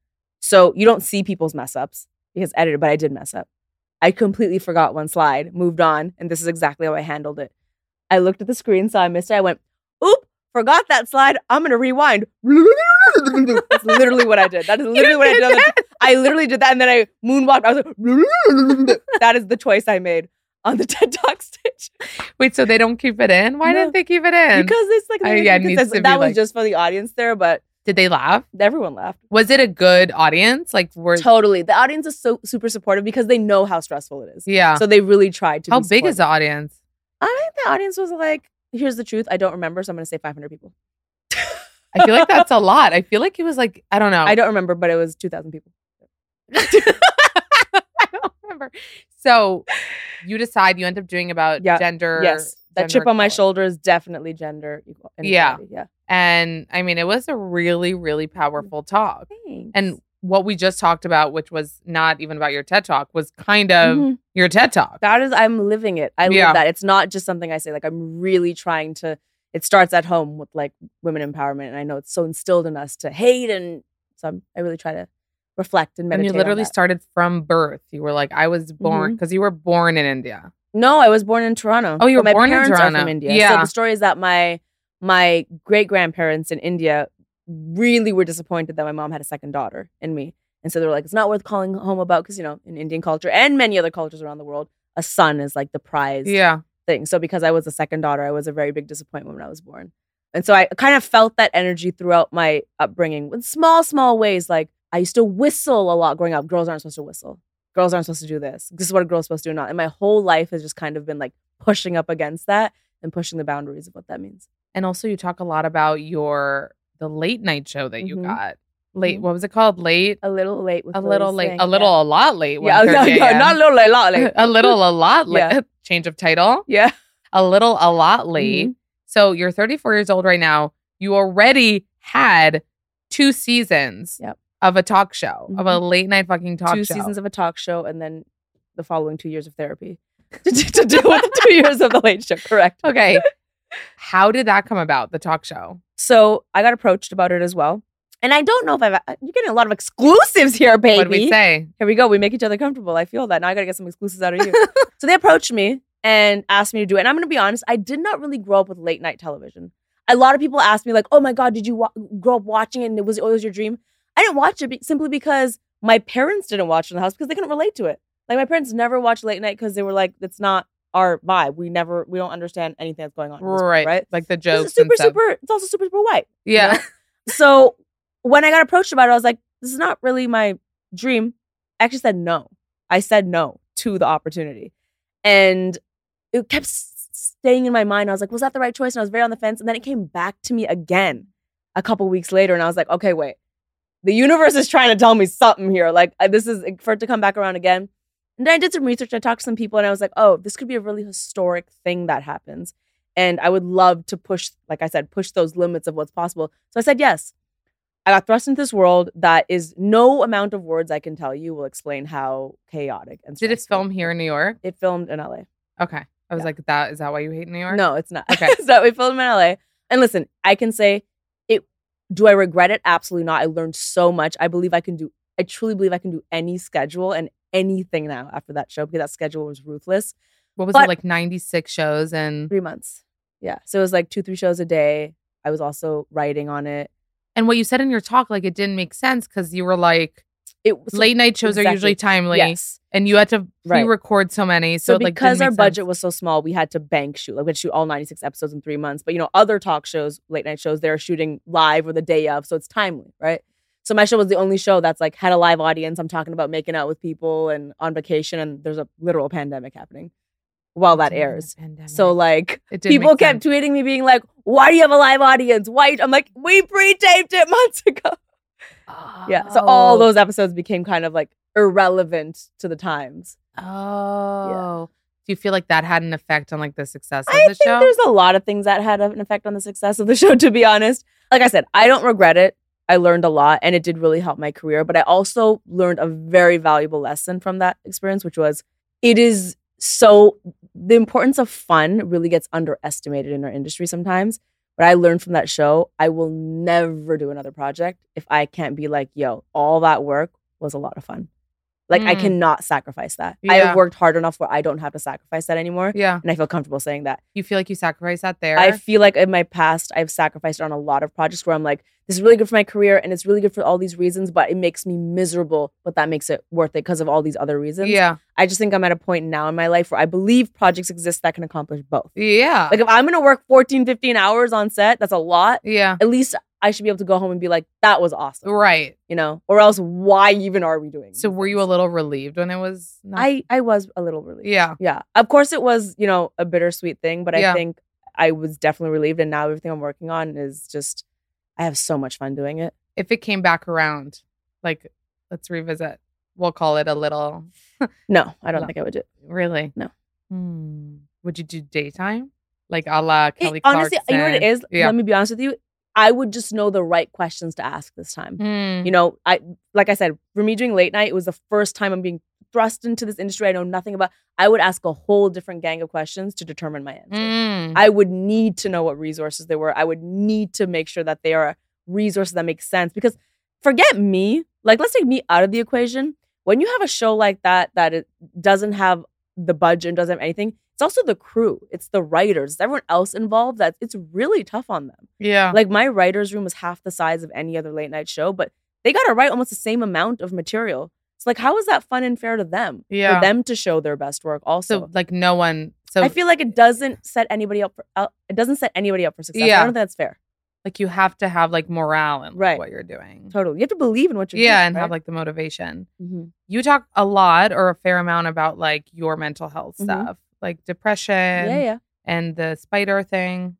Speaker 4: So you don't see people's mess ups because edited, but I did mess up. I completely forgot one slide, moved on, and this is exactly how I handled it. I looked at the screen, saw I missed it. I went, oop, forgot that slide. I'm going to rewind. That's literally what I did. That is literally what I did. on the- I literally did that. And then I moonwalked. I was like, that is the choice I made on the TED Talk stage.
Speaker 3: Wait, so they don't keep it in? Why
Speaker 4: No.
Speaker 3: didn't they keep it in?
Speaker 4: Because it's like,
Speaker 3: Oh, yeah, it
Speaker 4: because
Speaker 3: needs to be
Speaker 4: that was
Speaker 3: like-
Speaker 4: just for the audience there, but
Speaker 3: did they laugh?
Speaker 4: everyone laughed.
Speaker 3: Was it a good audience? Like were
Speaker 4: Totally. The audience is so super supportive because they know how stressful it is.
Speaker 3: yeah.
Speaker 4: So they really tried to.
Speaker 3: How
Speaker 4: be
Speaker 3: big is the
Speaker 4: supportive.
Speaker 3: audience?
Speaker 4: I think the audience was like, here's the truth. I don't remember, so I'm going to say 500 people.
Speaker 3: I feel like that's a lot. I feel like it was like I don't know.
Speaker 4: I don't remember, but it was 2,000 people.
Speaker 3: I don't remember. So you decide you end up doing about
Speaker 4: Yeah.
Speaker 3: gender.
Speaker 4: yes. That
Speaker 3: gender
Speaker 4: chip on my
Speaker 3: equality.
Speaker 4: shoulder is definitely gender equal.
Speaker 3: Yeah.
Speaker 4: inequality. Yeah.
Speaker 3: And I mean, it was a really, really powerful talk.
Speaker 4: Thanks.
Speaker 3: And what we just talked about, which was not even about your TED talk, was kind of
Speaker 4: Mhm.
Speaker 3: your TED talk.
Speaker 4: that is, I'm living it. I live
Speaker 3: um, Yeah.
Speaker 4: that. It's not just something I say. Like, I'm really trying to, it starts at home with like women empowerment. And I know it's so instilled in us to hate. And so I'm, I really try to reflect and
Speaker 3: And
Speaker 4: meditate.
Speaker 3: you
Speaker 4: on
Speaker 3: literally
Speaker 4: that.
Speaker 3: started from birth. You were like, I was born because you were born in India.
Speaker 4: No, I was born in Toronto.
Speaker 3: Oh, you were
Speaker 4: But my
Speaker 3: born in
Speaker 4: parents Are
Speaker 3: Toronto.
Speaker 4: from India.
Speaker 3: Yeah.
Speaker 4: So the story is that my my great grandparents in India really were disappointed that my mom had a second daughter and me, and so they were like, "It's not worth calling home about," because you know, in Indian culture and many other cultures around the world, a son is like the prize
Speaker 3: Yeah.
Speaker 4: thing. So because I was the second daughter, I was a very big disappointment when I was born. And so I kind of felt that energy throughout my upbringing in small, small ways. Like I used to whistle a lot growing up. Girls aren't supposed to whistle. Girls aren't supposed to do this. This is what a girl's supposed to do not. And my whole life has just kind of been like pushing up against that and pushing the boundaries of what that means.
Speaker 3: And also, you talk a lot about your the late night show that you
Speaker 4: Mhm.
Speaker 3: got. Late,
Speaker 4: Mhm.
Speaker 3: what was it called? Late,
Speaker 4: A little late with
Speaker 3: Mm-hmm. a
Speaker 4: Lily
Speaker 3: little late,
Speaker 4: Singh,
Speaker 3: a little,
Speaker 4: yeah.
Speaker 3: a lot late.
Speaker 4: Yeah, no,
Speaker 3: 1:30
Speaker 4: no,
Speaker 3: a.m.
Speaker 4: not a little late, a lot late.
Speaker 3: a little, a lot late.
Speaker 4: Yeah.
Speaker 3: Change of title.
Speaker 4: Yeah.
Speaker 3: a little a lot late.
Speaker 4: Mm-hmm.
Speaker 3: So you're 34 years old right now. You already had two seasons
Speaker 4: Yep.
Speaker 3: of a talk show, of a
Speaker 4: Mhm.
Speaker 3: late night fucking talk
Speaker 4: two
Speaker 3: show.
Speaker 4: seasons of a talk show and then the following two years of therapy to, to deal with the two years of the late show. Correct.
Speaker 3: okay. How did that come about, the talk show?
Speaker 4: So I got approached about it as well. And I don't know if I've, you're getting a lot of exclusives here, baby.
Speaker 3: What did we say?
Speaker 4: Here we go. We make each other comfortable. I feel that. Now I got to get some exclusives out of you. so they approached me and asked me to do it. And I'm going to be honest, I did not really grow up with late night television. A lot of people ask me, like, oh my God, did you wa- grow up watching it? And it was always your dream. I didn't watch it be- simply because my parents didn't watch it in the house because they couldn't relate to it. Like, my parents never watched late night because they were like, that's not our vibe. We never, we don't understand anything that's going on. at this point,
Speaker 3: Right.
Speaker 4: Right.
Speaker 3: Like the
Speaker 4: This
Speaker 3: jokes.
Speaker 4: is super,
Speaker 3: and stuff.
Speaker 4: super, it's also super, super white
Speaker 3: Yeah.
Speaker 4: know? so when I got approached about it, I was like, this is not really my dream. I actually said no. I said no to the opportunity. And it kept s- staying in my mind. I was like, was that the right choice? And I was very on the fence. And then it came back to me again a couple weeks later. And I was like, okay, wait. The universe is trying to tell me something here. Like, I- this is for it to come back around again. And then I did some research. I talked to some people, and I was like, oh, this could be a really historic thing that happens. And I would love to push, like I said, push those limits of what's possible. So I said yes. I got thrust into this world that is no amount of words I can tell you will explain how chaotic and
Speaker 3: Did it
Speaker 4: stressful.
Speaker 3: film here in New York?
Speaker 4: It filmed in LA.
Speaker 3: Okay. I was
Speaker 4: Yeah.
Speaker 3: like, that is that why you hate New York?
Speaker 4: No, it's not.
Speaker 3: Okay.
Speaker 4: so we filmed in LA. And listen, I can say it do I regret it? Absolutely not. I learned so much. I believe I can do I truly believe I can do any schedule and anything now after that show because that schedule was ruthless.
Speaker 3: What was
Speaker 4: But-
Speaker 3: it like 96 shows and
Speaker 4: Three months. Yeah. So it was like two, three shows a day. I was also writing on it.
Speaker 3: and what you said in your talk like it didn't make sense cuz you were like
Speaker 4: It was
Speaker 3: late night shows are
Speaker 4: exactly.
Speaker 3: usually timely
Speaker 4: Yes.
Speaker 3: and you had to
Speaker 4: Right.
Speaker 3: pre-record so many so,
Speaker 4: So,
Speaker 3: it, like
Speaker 4: because
Speaker 3: didn't
Speaker 4: our
Speaker 3: make
Speaker 4: budget
Speaker 3: sense.
Speaker 4: was so small, we had to bank shoot. Like we had to shoot all 96 episodes in three months. But you know, other talk shows, late night shows, they're shooting live or the day of, so it's timely, right? So my show was the only show that's like had a live audience. I'm talking about making out with people and on vacation, and there's a literal pandemic happening while that
Speaker 3: During the
Speaker 4: airs.
Speaker 3: pandemic.
Speaker 4: So like
Speaker 3: it didn't
Speaker 4: people
Speaker 3: make
Speaker 4: kept
Speaker 3: sense.
Speaker 4: tweeting me being like, "Why do you have a live audience? Why?" I'm like, "We pre-taped it months ago." Yeah. So all
Speaker 3: Oh.
Speaker 4: those episodes became kind of like irrelevant to the times.
Speaker 3: Oh. Do you feel like that had an effect on like the success of
Speaker 4: I
Speaker 3: the
Speaker 4: think
Speaker 3: show?
Speaker 4: there's a lot of things that had an effect on the success of the show. To be honest, like I said, I don't regret it. I learned a lot, and it did really help my career. But I also learned a very valuable lesson from that experience, which was it is so the importance of fun really gets underestimated in our industry sometimes. But I learned from that show, I will never do another project if I can't be like, yo, all that work was a lot of fun. Like I
Speaker 3: Mm.
Speaker 4: cannot sacrifice that. I
Speaker 3: Yeah.
Speaker 4: have worked hard enough where I don't have to sacrifice that anymore.
Speaker 3: yeah.
Speaker 4: And I feel comfortable saying that.
Speaker 3: You feel like you sacrificed that there?
Speaker 4: I feel like in my past, I've sacrificed on a lot of projects where I'm like, this is really good for my career and it's really good for all these reasons, but it makes me miserable, but that makes it worth it because of all these other reasons.
Speaker 3: yeah.
Speaker 4: I just think I'm at a point now in my life where I believe projects exist that can accomplish both.
Speaker 3: Yeah.
Speaker 4: Like if I'm going to work 14, 15 hours on set, that's a lot.
Speaker 3: yeah.
Speaker 4: At least I should be able to go home and be like, that was awesome,
Speaker 3: Right.
Speaker 4: you know? Or else why even are we doing
Speaker 3: So
Speaker 4: these
Speaker 3: were you a
Speaker 4: things?
Speaker 3: little relieved when it was not?
Speaker 4: I, I was a little relieved.
Speaker 3: yeah.
Speaker 4: Yeah. Of course it was, you know, a bittersweet thing, but
Speaker 3: Yeah.
Speaker 4: I think I was definitely relieved and now everything I'm working on is just I have so much fun doing it.
Speaker 3: If it came back around, like let's revisit. We'll call it a little
Speaker 4: No, I don't
Speaker 3: No.
Speaker 4: think I would do it.
Speaker 3: really.
Speaker 4: No.
Speaker 3: Hmm. Would you do daytime? Like a la
Speaker 4: It-
Speaker 3: Kelly
Speaker 4: honestly, you know what it
Speaker 3: Clarkson?
Speaker 4: is?
Speaker 3: Yeah.
Speaker 4: Let me be honest with you. I would just know the right questions to ask this time.
Speaker 3: Hmm.
Speaker 4: You know, I like I said, for me doing late night, it was the first time I'm being thrust into this industry I know nothing about. I would ask a whole different gang of questions to determine my answer.
Speaker 3: Hmm.
Speaker 4: I would need to know what resources there were. I would need to make sure that they are resources that make sense because forget me. Like, let's take me out of the equation. When you have a show like that, that it doesn't have the budget and doesn't have anything, it's also the crew, it's the writers, it's everyone else involved that it's really tough on them.
Speaker 3: yeah.
Speaker 4: Like, my writer's room is half the size of any other late night show, but they got to write almost the same amount of material. It's like, how is that fun and fair to them?
Speaker 3: Yeah.
Speaker 4: For them to show their best work also.
Speaker 3: so like no one so
Speaker 4: I feel like it doesn't set anybody up for uh, it doesn't set anybody up for success.
Speaker 3: Yeah.
Speaker 4: I don't think that's fair.
Speaker 3: like you have to have like morale and
Speaker 4: Right.
Speaker 3: what you're doing.
Speaker 4: Totally, you have to believe in what you're
Speaker 3: Yeah,
Speaker 4: doing,
Speaker 3: and have
Speaker 4: right?
Speaker 3: like the motivation.
Speaker 4: Mhm.
Speaker 3: You talk a lot or a fair amount about like your mental health
Speaker 4: Mhm.
Speaker 3: stuff, like depression
Speaker 4: yeah, yeah.
Speaker 3: and the spider thing.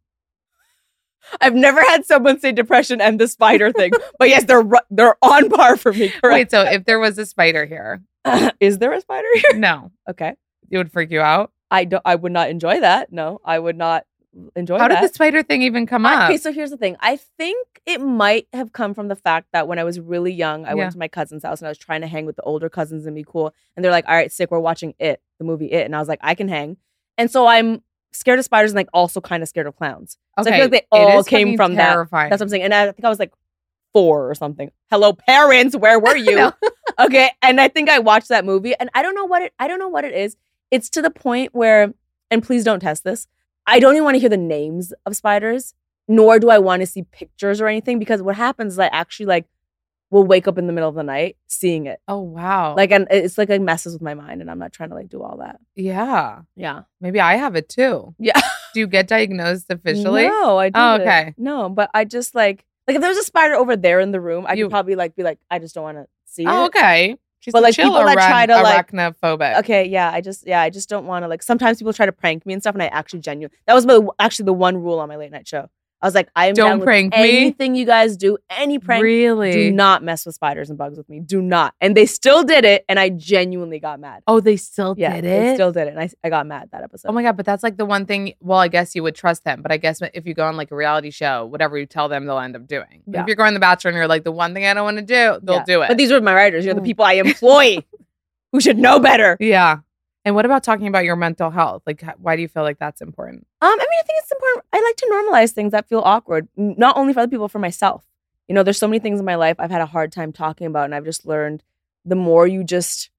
Speaker 4: I've never had someone say depression and the spider thing, but yes, they're ru- they're on par for me.
Speaker 3: Wait,
Speaker 4: Correct?
Speaker 3: so if there was a spider here,
Speaker 4: Is there a spider here?
Speaker 3: no,
Speaker 4: Okay,
Speaker 3: it would freak you out.
Speaker 4: I don't. I would not enjoy that. No, I would not enjoy
Speaker 3: How
Speaker 4: that.
Speaker 3: did the spider thing even come
Speaker 4: I-
Speaker 3: up?
Speaker 4: Okay, so here's the thing. I think it might have come from the fact that when I was really young, I
Speaker 3: Yeah.
Speaker 4: went to my cousin's house and I was trying to hang with the older cousins and be cool. And they're like, all right, sick, we're watching it, the movie It. And I was like, I can hang. And so I'm scared of spiders and like also kind of scared of clowns. so I feel like they
Speaker 3: it
Speaker 4: all
Speaker 3: is
Speaker 4: came
Speaker 3: fucking
Speaker 4: from that.
Speaker 3: terrifying.
Speaker 4: That's what I'm saying. And I think I was like four or something. Hello, parents, where were you?
Speaker 3: No.
Speaker 4: okay. And I think I watched that movie and I don't know what it I don't know what it is. It's to the point where, and please don't test this. I don't even want to hear the names of spiders, nor do I want to see pictures or anything because what happens is I actually like will wake up in the middle of the night seeing it.
Speaker 3: Oh wow!
Speaker 4: Like and it's like it messes with my mind and I'm not trying to like do all that.
Speaker 3: yeah,
Speaker 4: Yeah.
Speaker 3: maybe I have it too.
Speaker 4: Yeah.
Speaker 3: Do you get diagnosed officially?
Speaker 4: No, I didn't.
Speaker 3: Oh, okay.
Speaker 4: No, but I just like like if there was a spider over there in the room, I
Speaker 3: You-
Speaker 4: could probably like be like, I just don't want to see
Speaker 3: Oh
Speaker 4: it.
Speaker 3: okay. She's
Speaker 4: But,
Speaker 3: a
Speaker 4: like,
Speaker 3: chill
Speaker 4: people that try to, like-
Speaker 3: arachnophobic.
Speaker 4: Okay, yeah, I just yeah, I just don't want to like. Sometimes people try to prank me and stuff, and I actually genuine. That was my, actually the one rule on my late night show. I was like, I am
Speaker 3: Don't
Speaker 4: down with
Speaker 3: prank me.
Speaker 4: anything you guys do, any prank.
Speaker 3: really?
Speaker 4: Do not mess with spiders and bugs with me. Do not. And they still did it, and I genuinely got mad.
Speaker 3: Oh, they still
Speaker 4: yeah,
Speaker 3: did
Speaker 4: they
Speaker 3: it.
Speaker 4: still did it, and I, I got mad that episode.
Speaker 3: oh my god! But that's like the one thing. Well, I guess you would trust them, but I guess if you go on like a reality show, whatever you tell them, they'll end up doing. But
Speaker 4: Yeah.
Speaker 3: If you're going The Bachelor and you're like the one thing I don't want to do, they'll
Speaker 4: Yeah.
Speaker 3: do it. Oh.
Speaker 4: But these were my writers. You know, the people I employ who should know better.
Speaker 3: yeah. And what about talking about your mental health? Like, h- why do you feel like that's important?
Speaker 4: Um, I mean, I think it's important. I like to normalize things that feel awkward, n- not only for other people, for myself. You know, there's so many things in my life I've had a hard time talking about, and I've just learned the more you just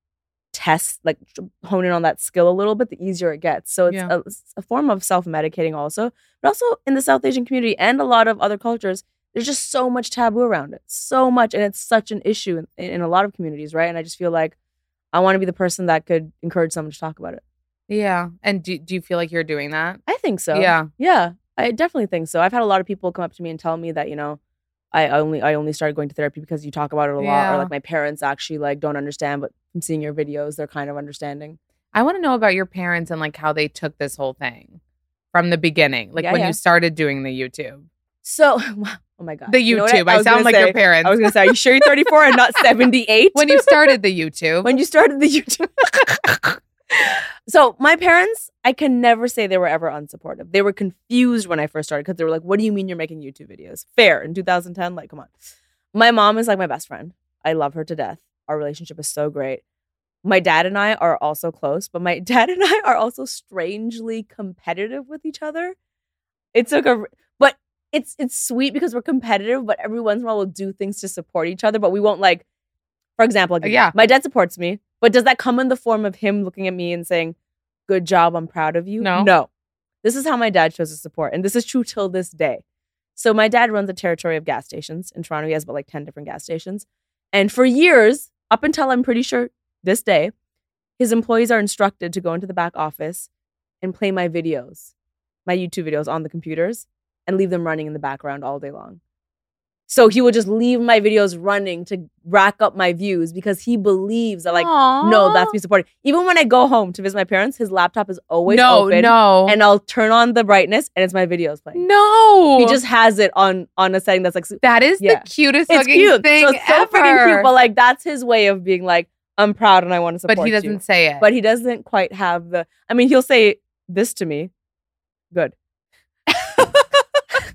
Speaker 4: test, like tr- hone in on that skill a little bit, the easier it gets. So it's
Speaker 3: Yeah.
Speaker 4: a, it's a form of self medicating, also, but also in the South Asian community and a lot of other cultures, there's just so much taboo around it, so much, and it's such an issue in, in a lot of communities, right? And I just feel like I want to be the person that could encourage someone to talk about it.
Speaker 3: Yeah. And do do you feel like you're doing that?
Speaker 4: I think so.
Speaker 3: Yeah.
Speaker 4: Yeah, I definitely think so. I've had a lot of people come up to me and tell me that you know, I only I only started going to therapy because you talk about it a lot,
Speaker 3: Yeah.
Speaker 4: or like my parents actually like don't understand, but from seeing your videos, they're kind of understanding.
Speaker 3: I want to know about your parents and like how they took this whole thing from the beginning, like
Speaker 4: Yeah,
Speaker 3: when
Speaker 4: yeah.
Speaker 3: you started doing the YouTube.
Speaker 4: So, oh my god,
Speaker 3: The YouTube.
Speaker 4: You know what
Speaker 3: I, sound
Speaker 4: was gonna
Speaker 3: like
Speaker 4: say-
Speaker 3: your parents.
Speaker 4: I was gonna say, are you sure you're 34 and not 78?
Speaker 3: when you started the YouTube.
Speaker 4: when you started the YouTube. so my parents, I can never say they were ever unsupportive. They were confused when I first started because they were like, "What do you mean you're making YouTube videos?" Fair in 2010, like come on. My mom is like my best friend. I love her to death. Our relationship is so great. My dad and I are also close, but my dad and I are also strangely competitive with each other. It's like a but it's it's sweet because we're competitive, but every once in a while we'll do things to support each other, but we won't like for example, like,
Speaker 3: Yeah.
Speaker 4: my dad supports me, but does that come in the form of him looking at me and saying, "Good job, I'm proud of you"?
Speaker 3: No.
Speaker 4: No. This is how my dad shows his support, and this is true till this day. So my dad runs a territory of gas stations in Toronto. He has about like 10 different gas stations. And for years, up until I'm pretty sure this day, his employees are instructed to go into the back office and play my videos, my YouTube videos on the computers and leave them running in the background all day long. So he will just leave my videos running to rack up my views because he believes that like no, that's me supporting. Even when I go home to visit my parents, his laptop is always
Speaker 3: no,
Speaker 4: open
Speaker 3: no,
Speaker 4: and I'll turn on the brightness and it's my videos playing.
Speaker 3: no.
Speaker 4: He just has it on on a setting that's like su-
Speaker 3: that is
Speaker 4: Yeah.
Speaker 3: the cutest
Speaker 4: it's
Speaker 3: fucking
Speaker 4: cute.
Speaker 3: thing
Speaker 4: so it's so freaking
Speaker 3: ever.
Speaker 4: cute, but like that's his way of being like, I'm proud and I want to support
Speaker 3: but he
Speaker 4: you."
Speaker 3: doesn't say it.
Speaker 4: But he doesn't quite have the I mean, he'll say this to me. Good.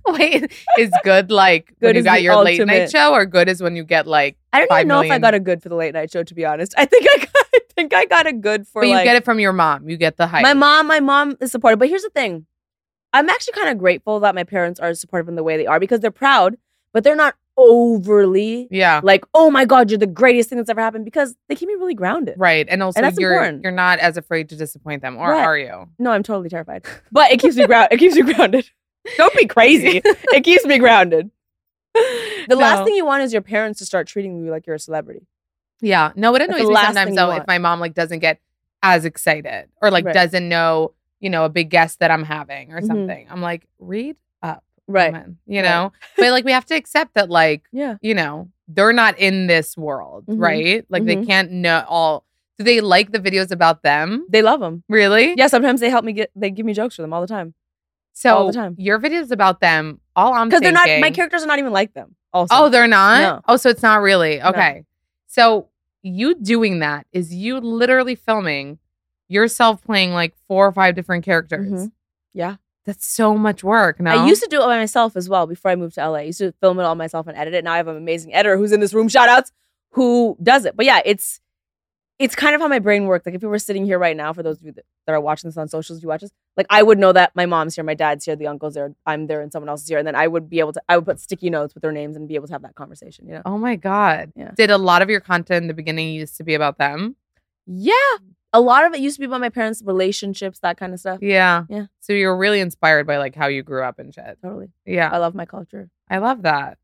Speaker 3: wait, is good like
Speaker 4: Good
Speaker 3: when you
Speaker 4: is
Speaker 3: got
Speaker 4: the
Speaker 3: your late night
Speaker 4: ultimate.
Speaker 3: show, or good is when you get like,
Speaker 4: I don't
Speaker 3: Five
Speaker 4: even know if I
Speaker 3: million.
Speaker 4: got a good for the late night show, to be honest. I think I got I think I got a good for
Speaker 3: but you
Speaker 4: like
Speaker 3: get it from your mom. You get the hype.
Speaker 4: My mom, my mom is supportive. But here's the thing. I'm actually kind of grateful that my parents are supportive in the way they are because they're proud, but they're not overly
Speaker 3: Yeah.
Speaker 4: like, oh my God, you're the greatest thing that's ever happened because they keep me really grounded.
Speaker 3: Right. And also
Speaker 4: that's
Speaker 3: you're
Speaker 4: important.
Speaker 3: you're not as afraid to disappoint them, or
Speaker 4: Right.
Speaker 3: are you?
Speaker 4: No, I'm totally terrified. But it keeps me ground it keeps me grounded. Don't be crazy. it keeps me grounded. The last
Speaker 3: No.
Speaker 4: thing you want is your parents to start treating you like you're a celebrity.
Speaker 3: Yeah. No, it
Speaker 4: the
Speaker 3: annoys me
Speaker 4: last
Speaker 3: sometimes
Speaker 4: thing you
Speaker 3: though
Speaker 4: want.
Speaker 3: if my mom like doesn't get as excited or like
Speaker 4: Right.
Speaker 3: doesn't know, you know, a big guest that I'm having or
Speaker 4: Mhm.
Speaker 3: something. I'm like, read up.
Speaker 4: Right.
Speaker 3: woman, you
Speaker 4: Right.
Speaker 3: know? but like we have to accept that like,
Speaker 4: Yeah.
Speaker 3: you know, they're not in this world,
Speaker 4: Mhm.
Speaker 3: right? Like they
Speaker 4: Mhm.
Speaker 3: can't know all do they like the videos about them?
Speaker 4: They love them.
Speaker 3: Really?
Speaker 4: Yeah, sometimes they help me get they give me jokes for them all the time.
Speaker 3: So
Speaker 4: all the time.
Speaker 3: your videos about them, all I'm
Speaker 4: Because they're not my
Speaker 3: thinking-
Speaker 4: characters are not even like them. Also.
Speaker 3: Oh, they're not?
Speaker 4: No.
Speaker 3: Oh, so it's not really.
Speaker 4: No.
Speaker 3: Okay. So you doing that is you literally filming yourself playing like four or five different characters.
Speaker 4: Mhm. Yeah.
Speaker 3: That's so much work. No.
Speaker 4: I used to do it by myself as well before I moved to LA. I used to film it all myself and edit it. Now I have an amazing editor who's in this room, shout outs, who does it. But yeah, it's it's kind of how my brain works. Like if we were sitting here right now, for those of you that, that are watching this on socials, you watch this, like I would know that my mom's here, my dad's here, the uncle's there, I'm there, and someone else is here. And then I would be able to I would put sticky notes with their names and be able to have that conversation, you know?
Speaker 3: Oh my God.
Speaker 4: Yeah.
Speaker 3: Did a lot of your content in the beginning used to be about them?
Speaker 4: Yeah. A lot of it used to be about my parents' relationships, that kind of stuff.
Speaker 3: Yeah.
Speaker 4: Yeah.
Speaker 3: So you were really inspired by like how you grew up and shit.
Speaker 4: Totally.
Speaker 3: Yeah.
Speaker 4: I love my culture.
Speaker 3: I love that.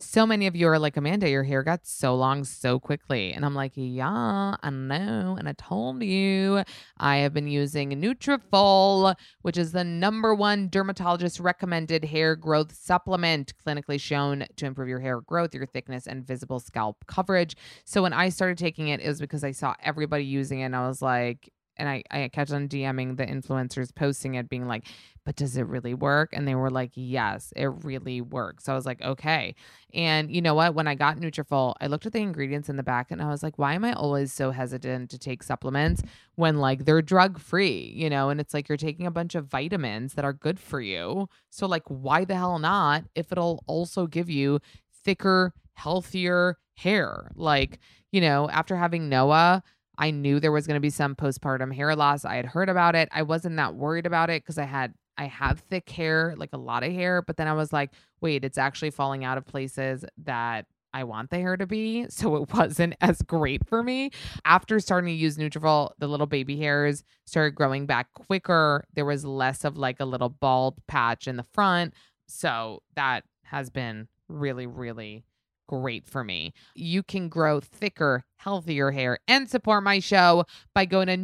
Speaker 6: so many of you are like, Amanda, your hair got so long so quickly. And I'm like, yeah, I know. And I told you I have been using Nutrafol, which is the number one dermatologist recommended hair growth supplement, clinically shown to improve your hair growth, your thickness, and visible scalp coverage. So when I started taking it, it was because I saw everybody using it and I was like,
Speaker 3: and I, I kept on DMing the influencers posting it, being like, but does it really work? And they were like, yes, it really works. So I was like, okay. And you know what? When I got Nutrafol, I looked at the ingredients in the back and I was like, why am I always so hesitant to take supplements when like they're drug free, you know? And it's like you're taking a bunch of vitamins that are good for you. So like, why the hell not if it'll also give you thicker, healthier hair? Like, you know, after having Noah, I knew there was going to be some postpartum hair loss. I had heard about it. I wasn't that worried about it because I had I have thick hair, like a lot of hair, but then I was like, wait, it's actually falling out of places that I want the hair to be, so it wasn't as great for me. After starting to use Nutrafol, the little baby hairs started growing back quicker. There was less of like a little bald patch in the front. So that has been really really great for me. You can grow thicker, healthier hair and support my show by going to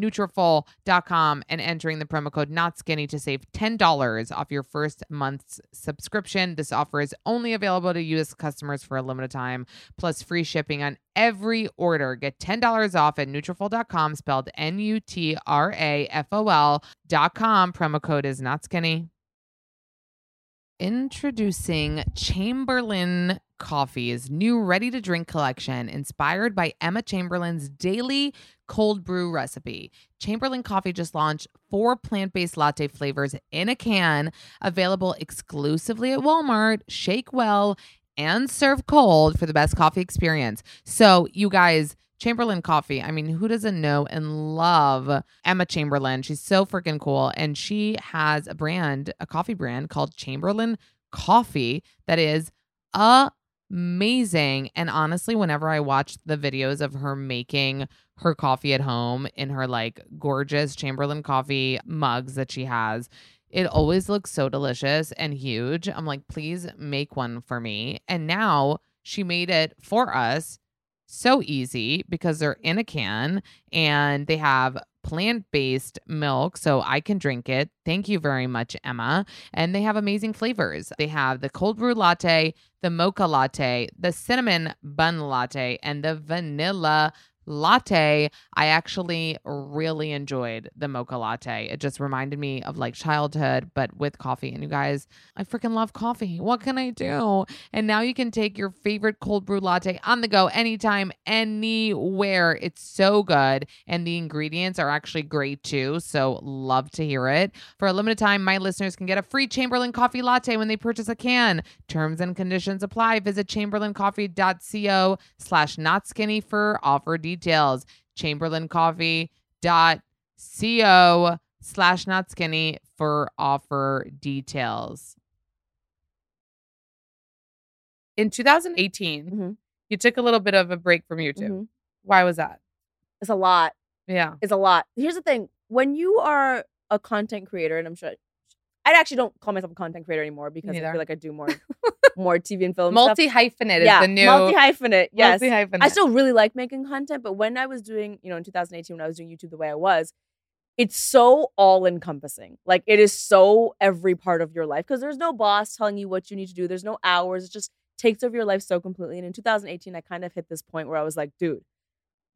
Speaker 3: Nutrafol.com and entering the promo code Not Skinny to save $10 off your first month's subscription. This offer is only available to U.S. customers for a limited time, plus free shipping on every order. Get $10 off at Nutrafol.com, spelled N-U-T-R-A-F-O-L.com. Promo code is Not Skinny. Introducing Chamberlain Coffee's new ready to drink collection inspired by Emma Chamberlain's daily cold brew recipe. Chamberlain Coffee just launched four plant based latte flavors in a can, available exclusively at Walmart, Shake Well, and Serve Cold for the best coffee experience. So, you guys, Chamberlain Coffee. I mean, who doesn't know and love Emma Chamberlain? She's so freaking cool. And she has a brand, a coffee brand called Chamberlain Coffee that is amazing. And honestly, whenever I watch the videos of her making her coffee at home in her like gorgeous Chamberlain Coffee mugs that she has, it always looks so delicious and huge. I'm like, please make one for me. And now she made it for us so easy because they're in a can and they have plant based milk, so I can drink it. Thank you very much, Emma. And they have amazing flavors. They have the cold brew latte, the mocha latte, the cinnamon bun latte, and the vanilla latte. I actually really enjoyed the mocha latte. It just reminded me of like childhood, but with coffee. And you guys, I freaking love coffee. What can I do? And now you can take your favorite cold brew latte on the go anytime, anywhere. It's so good. And the ingredients are actually great too. So love to hear it. For a limited time, my listeners can get a free Chamberlain coffee latte when they purchase a can. Terms and conditions apply. Visit chamberlaincoffee.co slash not skinny for offer details. Chamberlaincoffee.co slash not skinny for offer details.
Speaker 5: In 2018,
Speaker 4: Mhm.
Speaker 5: you took a little bit of a break from YouTube.
Speaker 4: Mhm.
Speaker 5: Why was that?
Speaker 4: It's a lot.
Speaker 5: Yeah.
Speaker 4: It's a lot. Here's the thing: when you are a content creator, and I'm sure I actually don't call myself a content creator anymore because I
Speaker 5: Neither.
Speaker 4: feel like I do more more TV and film.
Speaker 5: Multi hyphenate is
Speaker 4: yeah,
Speaker 5: the new
Speaker 4: multi hyphenate. Yes,
Speaker 5: multi-hyphenate.
Speaker 4: I still really like making content, but when I was doing, you know, in 2018, when I was doing YouTube the way I was, it's so all encompassing. Like it is so every part of your life because there's no boss telling you what you need to do. There's no hours. It just takes over your life so completely. And in 2018, I kind of hit this point where I was like, dude,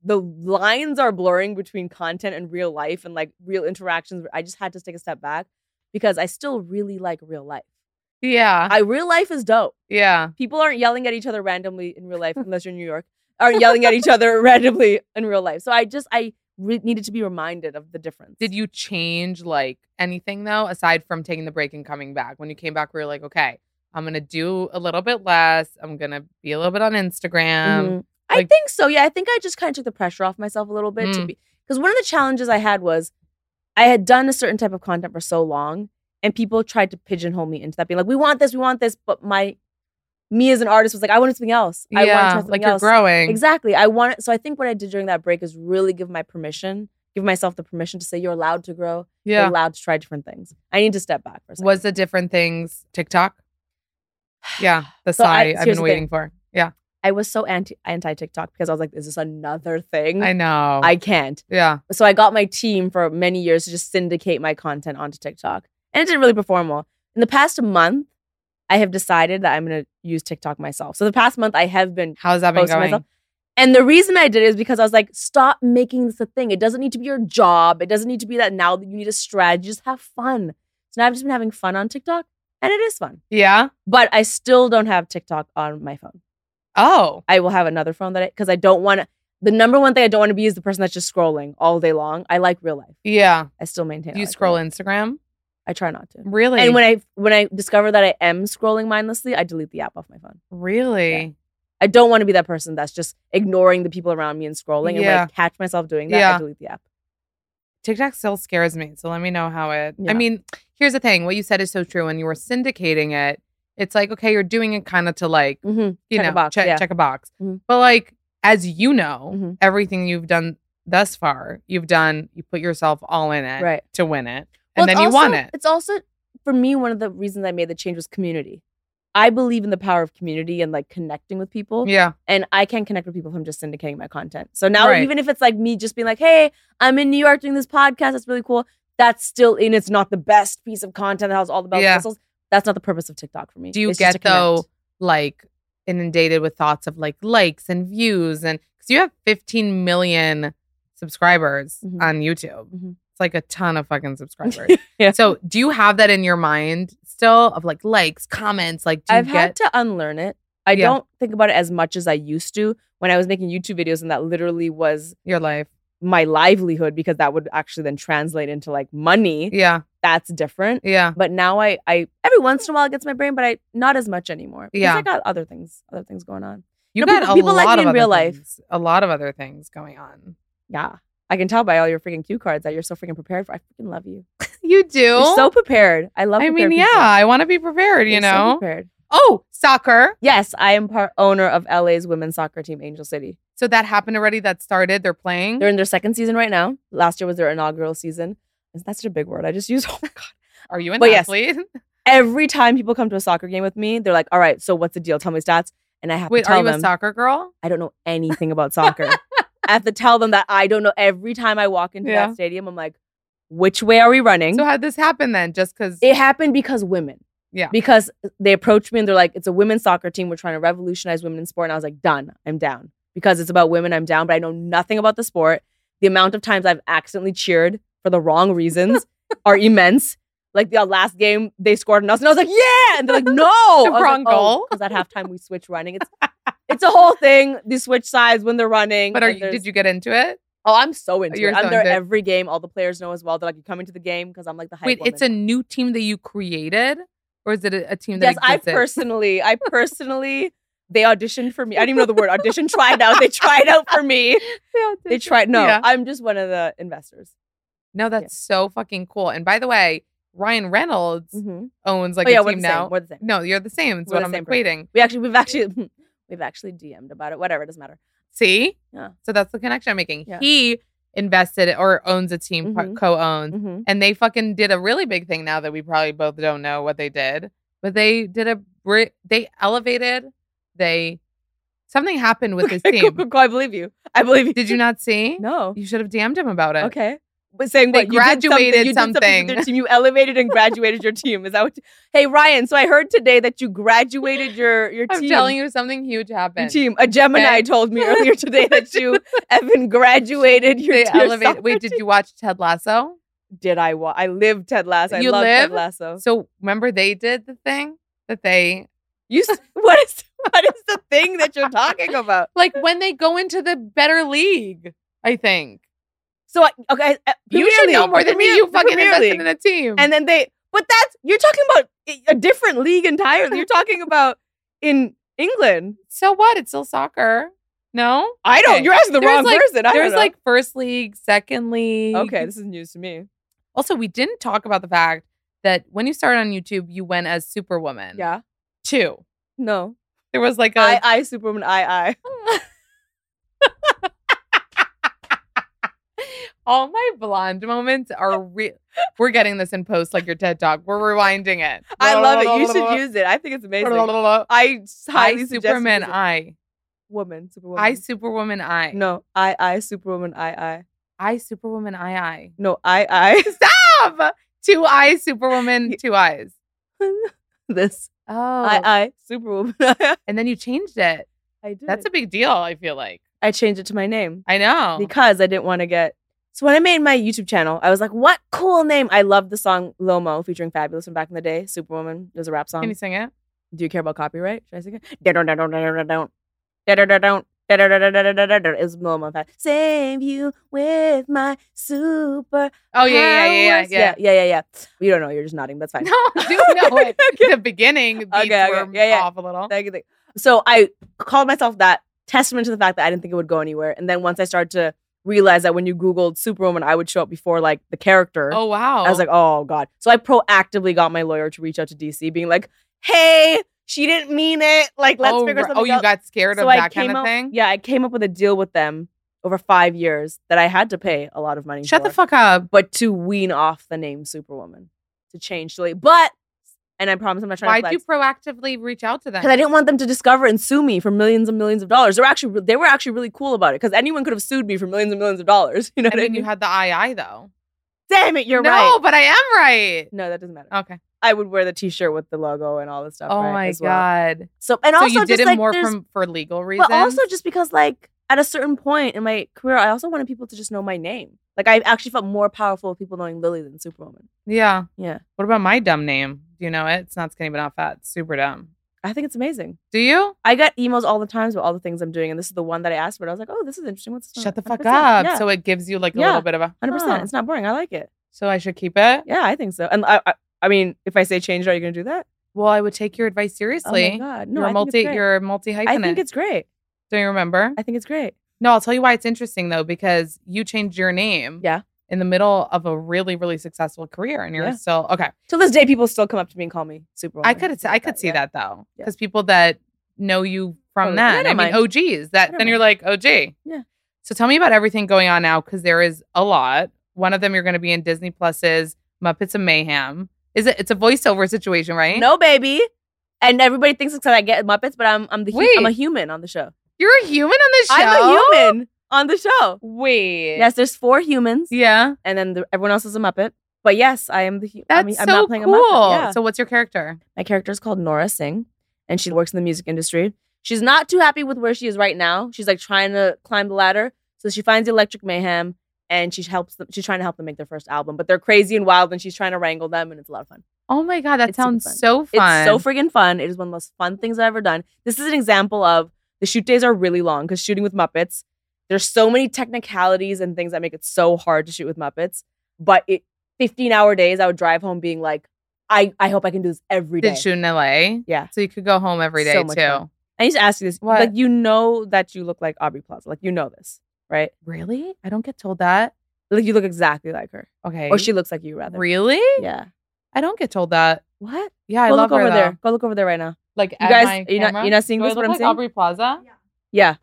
Speaker 4: the lines are blurring between content and real life and like real interactions. I just had to take a step back because I still really like real life.
Speaker 5: yeah.
Speaker 4: I real life is dope
Speaker 5: yeah.
Speaker 4: people aren't yelling at each other randomly in real life unless you're in New York aren't yelling at each other randomly in real life. So I just I re- needed to be reminded of the difference.
Speaker 5: Did you change like anything though, aside from taking the break and coming back? When you came back, we were like, okay, I'm gonna do a little bit less. I'm gonna be a little bit on Instagram.
Speaker 4: Mhm. I
Speaker 5: um, like-
Speaker 4: think so. Yeah, I think I just kind of took the pressure off myself a little bit to
Speaker 5: Mm.
Speaker 4: be because one of the challenges I had was I had done a certain type of content for so long, and people tried to pigeonhole me into that, being like, "We want this, we want this," but my me as an artist was like, "I want something else. Mm-hmm. I want to try
Speaker 5: Yeah,
Speaker 4: something
Speaker 5: like
Speaker 4: else."
Speaker 5: you're growing.
Speaker 4: Exactly. I want it. So I think what I did during that break is really give my permission, give myself the permission to say you're allowed to grow. You're
Speaker 5: Yeah.
Speaker 4: allowed to try different things. I need to step back for a second.
Speaker 5: Was the different things TikTok? Yeah, the
Speaker 4: So I-
Speaker 5: side I, have
Speaker 4: here's
Speaker 5: been
Speaker 4: the
Speaker 5: waiting
Speaker 4: thing.
Speaker 5: for. Yeah,
Speaker 4: I was so anti anti TikTok because I was like, is this another thing?
Speaker 5: I know.
Speaker 4: Mm-hmm. I can't.
Speaker 5: yeah,
Speaker 4: So I got my team for many years to just syndicate my content onto TikTok. And it didn't really perform well. In the past month, I have decided that I'm gonna use TikTok myself. So the past month I have been
Speaker 5: how's that been
Speaker 4: posting
Speaker 5: going?
Speaker 4: myself. And the reason I did it is because I was like, stop making this a thing. It doesn't need to be your job. It doesn't need to be that now that you need a strategy. Just have fun. So now I've just been having fun on TikTok and it is fun.
Speaker 3: Yeah.
Speaker 4: But I still don't have TikTok on my phone.
Speaker 3: Oh.
Speaker 4: I will have another phone that I, because I don't want to. The number one thing I don't want to be is the person that's just scrolling all day long. I like real life.
Speaker 3: Yeah.
Speaker 4: I still maintain.
Speaker 3: Do
Speaker 4: I
Speaker 3: you
Speaker 4: like
Speaker 3: scroll
Speaker 4: real life.
Speaker 3: Instagram?
Speaker 4: I try not to.
Speaker 3: Really?
Speaker 4: And when I when I discover that I am scrolling mindlessly, I delete the app off my phone.
Speaker 3: really?
Speaker 4: I don't want to be that person that's just ignoring the people around me and scrolling. And when I
Speaker 3: Yeah.
Speaker 4: catch myself doing that, I
Speaker 3: Yeah.
Speaker 4: delete the app.
Speaker 3: TikTok still scares me. So let me know how it.
Speaker 4: Yeah.
Speaker 3: I mean, here's the thing. What you said is so true. When you were syndicating it, it's like okay, you're doing it kind of to like
Speaker 4: Mm-hmm.
Speaker 3: you
Speaker 4: Check a
Speaker 3: know
Speaker 4: box,
Speaker 3: check
Speaker 4: yeah.
Speaker 3: check a box.
Speaker 4: Mhm.
Speaker 3: But like as you know,
Speaker 4: Mhm.
Speaker 3: everything you've done thus far, you've done you put yourself all in it
Speaker 4: Right.
Speaker 3: to win it,
Speaker 4: Well,
Speaker 3: and then
Speaker 4: it's
Speaker 3: you won
Speaker 4: also-
Speaker 3: it.
Speaker 4: It's also for me one of the reasons I made the change was community. I believe in the power of community and like connecting with people.
Speaker 3: Yeah,
Speaker 4: and I can connect with people from just syndicating my content. So now,
Speaker 3: Right.
Speaker 4: even if it's like me just being like, "Hey, I'm in New York doing this podcast. That's really cool." That's still in. It's not the best piece of content that has all the bells
Speaker 3: Yeah.
Speaker 4: and whistles. That's not the purpose of TikTok for me.
Speaker 3: Do you
Speaker 4: It's just
Speaker 3: get,
Speaker 4: to connect.
Speaker 3: though, like inundated with thoughts of like likes and views, and because you have 15 million subscribers
Speaker 4: Mhm.
Speaker 3: on YouTube,
Speaker 4: Mhm.
Speaker 3: it's like a ton of fucking subscribers.
Speaker 4: Yeah.
Speaker 3: So do you have that in your mind still of like likes, comments? Like, do you
Speaker 4: I've
Speaker 3: get?
Speaker 4: had to unlearn it. I
Speaker 3: Yeah.
Speaker 4: don't think about it as much as I used to when I was making YouTube videos, and that literally was
Speaker 3: your life.
Speaker 4: my livelihood because that would actually then translate into like money.
Speaker 3: Yeah.
Speaker 4: That's different.
Speaker 3: Yeah.
Speaker 4: But now I, I every once in a while it gets my brain, but I not as much anymore. because
Speaker 3: Yeah.
Speaker 4: I got other things, other things going on.
Speaker 3: You
Speaker 4: No,
Speaker 3: got
Speaker 4: people-
Speaker 3: a
Speaker 4: people
Speaker 3: lot
Speaker 4: like me
Speaker 3: of
Speaker 4: in
Speaker 3: other
Speaker 4: real life.
Speaker 3: things- a lot of other things going on.
Speaker 4: Yeah. I can tell by all your freaking cue cards that you're so freaking prepared for. I freaking love you.
Speaker 3: You do.
Speaker 4: You're so prepared. I love.
Speaker 3: I mean,
Speaker 4: prepared
Speaker 3: yeah,
Speaker 4: people.
Speaker 3: I want to be prepared, you
Speaker 4: You're so
Speaker 3: know?
Speaker 4: prepared.
Speaker 3: oh, soccer.
Speaker 4: Yes, I am part owner of LA's women's soccer team, Angel City.
Speaker 3: So that happened already. That started. They're playing.
Speaker 4: They're in their second season right now. Last year was their inaugural season. Isn't that such a big word? I just used. Oh my god.
Speaker 3: Are you an
Speaker 4: But yes.
Speaker 3: athlete?
Speaker 4: Every time people come to a soccer game with me, they're like, "All right, so what's the deal? Tell me stats." And I have
Speaker 3: Wait,
Speaker 4: to tell
Speaker 3: are you
Speaker 4: them
Speaker 3: a soccer girl?
Speaker 4: I don't know anything about soccer. I have to tell them that I don't know. Every time I walk into
Speaker 3: Yeah.
Speaker 4: that stadium, I'm like, "Which way are we running?"
Speaker 3: So how'd this happen then? Just because
Speaker 4: It happened because women.
Speaker 3: Yeah.
Speaker 4: Because they approached me and they're like, it's a women's soccer team. We're trying to revolutionize women in sport. And I was like, done. I'm down. Because it's about women, I'm down. But I know nothing about the sport. The amount of times I've accidentally cheered for the wrong reasons are immense. Like the last game, they scored on us. And I was like, yeah. And they're like, no. I was
Speaker 3: wrong
Speaker 4: like,
Speaker 3: goal.
Speaker 4: Because at halftime, we switch running. It's, it's a whole thing. They switch sides when they're running.
Speaker 3: but are
Speaker 4: and
Speaker 3: you,
Speaker 4: there's-
Speaker 3: did you get into it?
Speaker 4: Oh, I'm so into
Speaker 3: You're
Speaker 4: it. I'm
Speaker 3: so
Speaker 4: there
Speaker 3: into it.
Speaker 4: every game. All the players know as well. They're like, you coming to the game? Because I'm like the hype
Speaker 3: Wait, it's a
Speaker 4: woman.
Speaker 3: new team that you created, or is it a, a team that?
Speaker 4: yes, I
Speaker 3: existed?
Speaker 4: personally, I personally, they auditioned for me. I didn't even know the word audition. Tried out. They tried out for me.
Speaker 3: Yeah,
Speaker 4: They
Speaker 3: did you?
Speaker 4: tried. No,
Speaker 3: Yeah.
Speaker 4: I'm just one of the investors.
Speaker 3: No, that's so fucking cool. And by the way, Ryan Reynolds
Speaker 4: Mhm.
Speaker 3: owns Mm-hmm. like
Speaker 4: oh yeah,
Speaker 3: a
Speaker 4: we're
Speaker 3: team
Speaker 4: the
Speaker 3: now.
Speaker 4: same. We're the same.
Speaker 3: No, you're the same. It's
Speaker 4: We're
Speaker 3: what
Speaker 4: the
Speaker 3: I'm
Speaker 4: same person.
Speaker 3: equating.
Speaker 4: We actually, we've actually, we've actually DM'd about it. Whatever, it doesn't matter.
Speaker 3: See?
Speaker 4: Yeah.
Speaker 3: So that's the connection I'm making.
Speaker 4: Yeah.
Speaker 3: He invested or owns a team, par-
Speaker 4: Mhm.
Speaker 3: co-owns,
Speaker 4: Mhm.
Speaker 3: and they fucking did a really big thing. Now that we probably both don't know what they did, but they did a re- they elevated. They something happened with this
Speaker 4: Okay, cool,
Speaker 3: team.
Speaker 4: cool, cool. I believe you. I believe you.
Speaker 3: Did you not see?
Speaker 4: No.
Speaker 3: You should have damned him about it.
Speaker 4: Okay. But saying
Speaker 3: They
Speaker 4: what you did something-
Speaker 3: graduated
Speaker 4: you did something. with
Speaker 3: something.
Speaker 4: your team. You elevated and graduated your team. Is that what? You, hey Ryan. So I heard today that you graduated your your
Speaker 3: I'm
Speaker 4: team.
Speaker 3: telling you, something huge
Speaker 4: Your
Speaker 3: happened.
Speaker 4: team. A Gemini
Speaker 3: Okay.
Speaker 4: told me earlier today that you Evan graduated your,
Speaker 3: they
Speaker 4: your soccer
Speaker 3: elevated. Wait, did you watch Ted Lasso?
Speaker 4: did I watch? I lived Ted Lasso. I
Speaker 3: You
Speaker 4: loved Ted
Speaker 3: lived?
Speaker 4: Lasso.
Speaker 3: So remember, they did the thing that they
Speaker 4: You s- what is what is the thing that you're talking about?
Speaker 3: like when they go into the better league. I think
Speaker 4: So I, okay, uh,
Speaker 3: you
Speaker 4: Premier
Speaker 3: should know
Speaker 4: League,
Speaker 3: more than me.
Speaker 4: Premier-
Speaker 3: You
Speaker 4: the
Speaker 3: fucking
Speaker 4: Premier
Speaker 3: invested
Speaker 4: League.
Speaker 3: in a team.
Speaker 4: And then they, but that's you're talking about i- a different league entirely. You're talking about in England.
Speaker 3: so what? It's still soccer. No,
Speaker 4: I don't.
Speaker 3: Okay.
Speaker 4: You're asking the
Speaker 3: There's
Speaker 4: wrong
Speaker 3: like-
Speaker 4: person. I don't
Speaker 3: There's
Speaker 4: know.
Speaker 3: like first league, second league.
Speaker 4: okay, this is news to me.
Speaker 3: Also, we didn't talk about the fact that when you started on YouTube, you went as Superwoman.
Speaker 4: Yeah.
Speaker 3: Two.
Speaker 4: No.
Speaker 3: There was like a
Speaker 4: I I Superwoman. I I.
Speaker 3: All my blonde moments are real. We're getting this in post, like your TED Talk. We're rewinding it.
Speaker 4: I love it. You should use it. I think it's amazing. I
Speaker 3: I
Speaker 4: highly suggest
Speaker 3: Superman
Speaker 4: using-
Speaker 3: I.
Speaker 4: woman Superwoman.
Speaker 3: I Superwoman I.
Speaker 4: No, I, I, Superwoman, I, I.
Speaker 3: I Superwoman I I.
Speaker 4: No, I, I.
Speaker 3: Stop! Two eyes, Superwoman,
Speaker 4: You-
Speaker 3: two eyes.
Speaker 4: this.
Speaker 3: Oh.
Speaker 4: I, I, Superwoman. I,
Speaker 3: and then you changed it.
Speaker 4: I did.
Speaker 3: That's a big deal, I feel like.
Speaker 4: I changed it to my name
Speaker 3: I know.
Speaker 4: because I didn't want to get. So when I made my YouTube channel, I was like, "What cool name!" I love the song "Lomo" featuring Fabulous from back in the day, Superwoman. It was a rap song.
Speaker 3: Can you sing it?
Speaker 4: Do you care about copyright? Should I sing it? Don't don't don't don't don't don't it was Momo Fat. Save you with my super.
Speaker 3: Oh yeah, yeah, yeah,
Speaker 4: powers.
Speaker 3: yeah,
Speaker 4: yeah, yeah, yeah. You don't know. You're just nodding. That's
Speaker 3: yeah.
Speaker 4: fine.
Speaker 3: No, I do know it. The beginning beats
Speaker 4: Okay, okay.
Speaker 3: were
Speaker 4: Yeah, yeah.
Speaker 3: off a little.
Speaker 4: Thank you, thank you. So I called myself that testament to the fact that I didn't think it would go anywhere. And then once I started to realize that when you Googled Superwoman, I would show up before like the character.
Speaker 3: Oh wow.
Speaker 4: I was like, oh God. So I proactively got my lawyer to reach out to DC, being like, hey, she didn't mean it. Like, let's
Speaker 3: oh,
Speaker 4: figure
Speaker 3: ri-
Speaker 4: something
Speaker 3: Oh, you
Speaker 4: out.
Speaker 3: got scared
Speaker 4: so
Speaker 3: of
Speaker 4: I
Speaker 3: that kind
Speaker 4: came
Speaker 3: of
Speaker 4: up-
Speaker 3: thing?
Speaker 4: Yeah, I came up with a deal with them over five years that I had to pay a lot of money.
Speaker 3: Shut the
Speaker 4: for,
Speaker 3: fuck up.
Speaker 4: But to wean off the name Superwoman, to change the but, and I promise I'm not trying
Speaker 3: Why'd
Speaker 4: to flex.
Speaker 3: you proactively reach out to them?
Speaker 4: because I didn't want them to discover and sue me for millions and millions of dollars. They were actually they were actually really cool about it because anyone could have sued me for millions and millions of dollars. You know
Speaker 3: I
Speaker 4: what I
Speaker 3: mean, you
Speaker 4: mean?
Speaker 3: had the II though.
Speaker 4: Damn it, you're
Speaker 3: no,
Speaker 4: right.
Speaker 3: but I am right.
Speaker 4: No, that doesn't matter.
Speaker 3: Okay.
Speaker 4: I would wear the T-shirt with the logo and all this stuff.
Speaker 3: Oh
Speaker 4: right,
Speaker 3: my
Speaker 4: as well.
Speaker 3: god.
Speaker 4: So and
Speaker 3: so you
Speaker 4: also
Speaker 3: did
Speaker 4: just
Speaker 3: it
Speaker 4: like
Speaker 3: more
Speaker 4: there's-
Speaker 3: from for legal reasons.
Speaker 4: but also just because like at a certain point in my career, I also wanted people to just know my name. Like I actually felt more powerful with people knowing Lily than Superwoman.
Speaker 3: yeah.
Speaker 4: Yeah,
Speaker 3: What about my dumb name? Do you know it? It's not skinny but not fat. It's super dumb.
Speaker 4: I think it's amazing.
Speaker 3: Do you?
Speaker 4: I got emails all the times about all the things I'm doing, and this is the one that I asked for. I was like, oh, this is interesting. What's this
Speaker 3: Shut the
Speaker 4: one?
Speaker 3: fuck
Speaker 4: 100%.
Speaker 3: up.
Speaker 4: Yeah,
Speaker 3: So Oh. it gives you like a
Speaker 4: Yeah.
Speaker 3: little bit of a
Speaker 4: hundred
Speaker 3: huh.
Speaker 4: percent. It's not boring. I like it.
Speaker 3: So I should keep it.
Speaker 4: Yeah, I think so. And I, I, I mean, if I say change, are you going to do that?
Speaker 3: Well, I would take your advice
Speaker 4: Oh my
Speaker 3: seriously.
Speaker 4: god, no,
Speaker 3: No, you're a
Speaker 4: I
Speaker 3: multi.
Speaker 4: think it's great.
Speaker 3: You're multi hyphenate.
Speaker 4: I think it's great.
Speaker 3: Do you remember?
Speaker 4: I think it's great.
Speaker 3: No, I'll tell you why it's interesting though, because you changed your name.
Speaker 4: Yeah.
Speaker 3: In the middle of a really, really successful career, and you're
Speaker 4: Yeah.
Speaker 3: still okay.
Speaker 4: Till this day, people still come up to me and call me Superwoman.
Speaker 3: I could, I could see
Speaker 4: yeah.
Speaker 3: that though,
Speaker 4: Yeah.
Speaker 3: because people that know you
Speaker 4: Oh,
Speaker 3: from
Speaker 4: yeah, I
Speaker 3: that,
Speaker 4: don't
Speaker 3: I mean,
Speaker 4: mind.
Speaker 3: OGs. That
Speaker 4: don't
Speaker 3: then you're like OG. Yeah. So tell me about everything going on now, because there is a lot. One of them you're going to be in Disney Plus's Muppets of Mayhem. Is it? It's a voiceover situation, right?
Speaker 4: No, baby. And everybody thinks it's because I get Muppets, but I'm I'm the hu- I'm a
Speaker 3: Wait.
Speaker 4: human on the show.
Speaker 3: You're a human on this show.
Speaker 4: I'm a human on the show.
Speaker 3: Wait.
Speaker 4: Yes, there's four humans,
Speaker 3: Yeah.
Speaker 4: and then the, everyone else is a Muppet. But yes, I am the. Hu- I
Speaker 3: That's
Speaker 4: mean,
Speaker 3: so
Speaker 4: I'm not playing
Speaker 3: cool.
Speaker 4: a Muppet. Yeah.
Speaker 3: So what's your character?
Speaker 4: My character is called Nora Singh, and she works in the music industry. She's not too happy with where she is right now. She's like trying to climb the ladder, so she finds Electric Mayhem, and she helps them. She's trying to help them make their first album, but they're crazy and wild, and she's trying to wrangle them, and it's a lot of fun.
Speaker 3: Oh my god, that
Speaker 4: It's super
Speaker 3: sounds
Speaker 4: fun.
Speaker 3: so fun.
Speaker 4: It's so friggin' fun. It is one of the most fun things I've ever done. This is an example of the shoot days are really long because shooting with Muppets, there's so many technicalities and things that make it so hard to shoot with Muppets. But it 15 hour days, I would drive home being like, I, I hope I can do this every day.
Speaker 3: Did shoot in LA.
Speaker 4: Yeah.
Speaker 3: So you could go home every day
Speaker 4: So much
Speaker 3: too.
Speaker 4: fun. I need to ask you this.
Speaker 3: What?
Speaker 4: Like, you know that you look like Aubrey Plaza. Like, you know this, right?
Speaker 3: Really? I don't get told that.
Speaker 4: Like, you look exactly like her.
Speaker 3: Okay.
Speaker 4: Or she looks like you, rather.
Speaker 3: Really?
Speaker 4: Yeah. I
Speaker 3: I don't get told that.
Speaker 4: What?
Speaker 3: Yeah, I
Speaker 4: Go
Speaker 3: love
Speaker 4: look
Speaker 3: her,
Speaker 4: over there.
Speaker 3: though.
Speaker 4: Go look over there right now.
Speaker 3: Like
Speaker 4: You
Speaker 3: at
Speaker 4: guys-
Speaker 3: my
Speaker 4: you're not-
Speaker 3: camera?
Speaker 4: you're not seeing
Speaker 3: Do I
Speaker 4: this,
Speaker 3: look
Speaker 4: what I'm
Speaker 3: like
Speaker 4: saying?
Speaker 3: Aubrey Plaza.
Speaker 4: Yeah.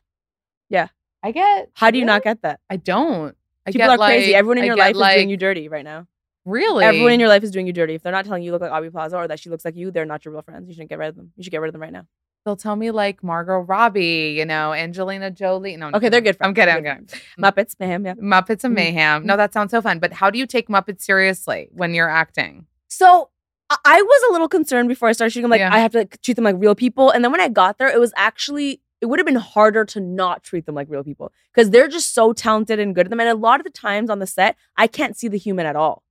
Speaker 3: I get.
Speaker 4: How do you not
Speaker 3: really?
Speaker 4: get that?
Speaker 3: I don't. I
Speaker 4: People
Speaker 3: get
Speaker 4: are crazy.
Speaker 3: like-
Speaker 4: Everyone in
Speaker 3: I
Speaker 4: your
Speaker 3: get,
Speaker 4: life
Speaker 3: like,
Speaker 4: is doing you dirty right now.
Speaker 3: Really?
Speaker 4: Everyone in your life is doing you dirty. If they're not telling you you look like Aubrey Plaza or that she looks like you, they're not your real friends. You shouldn't get rid of them. You should get rid of them right now.
Speaker 3: They'll tell me like Margot Robbie, you know, Angelina Jolie. No, I'm
Speaker 4: Okay, they're
Speaker 3: kidding.
Speaker 4: good friends.
Speaker 3: I'm kidding. I'm
Speaker 4: They're
Speaker 3: kidding.
Speaker 4: good Muppets, ma'am. Yeah.
Speaker 3: Muppets and
Speaker 4: Mhm.
Speaker 3: Mayhem. No, that sounds so fun. But how do you take Muppets seriously when you're acting?
Speaker 4: So I- I was a little concerned before I started shooting. I'm like,
Speaker 3: Yeah.
Speaker 4: I have to like, treat them like real people. And then when I got there, it was actually it would have been harder to not treat them like real people because they're just so talented and good at them. And a lot of the times on the set, I can't see the human at all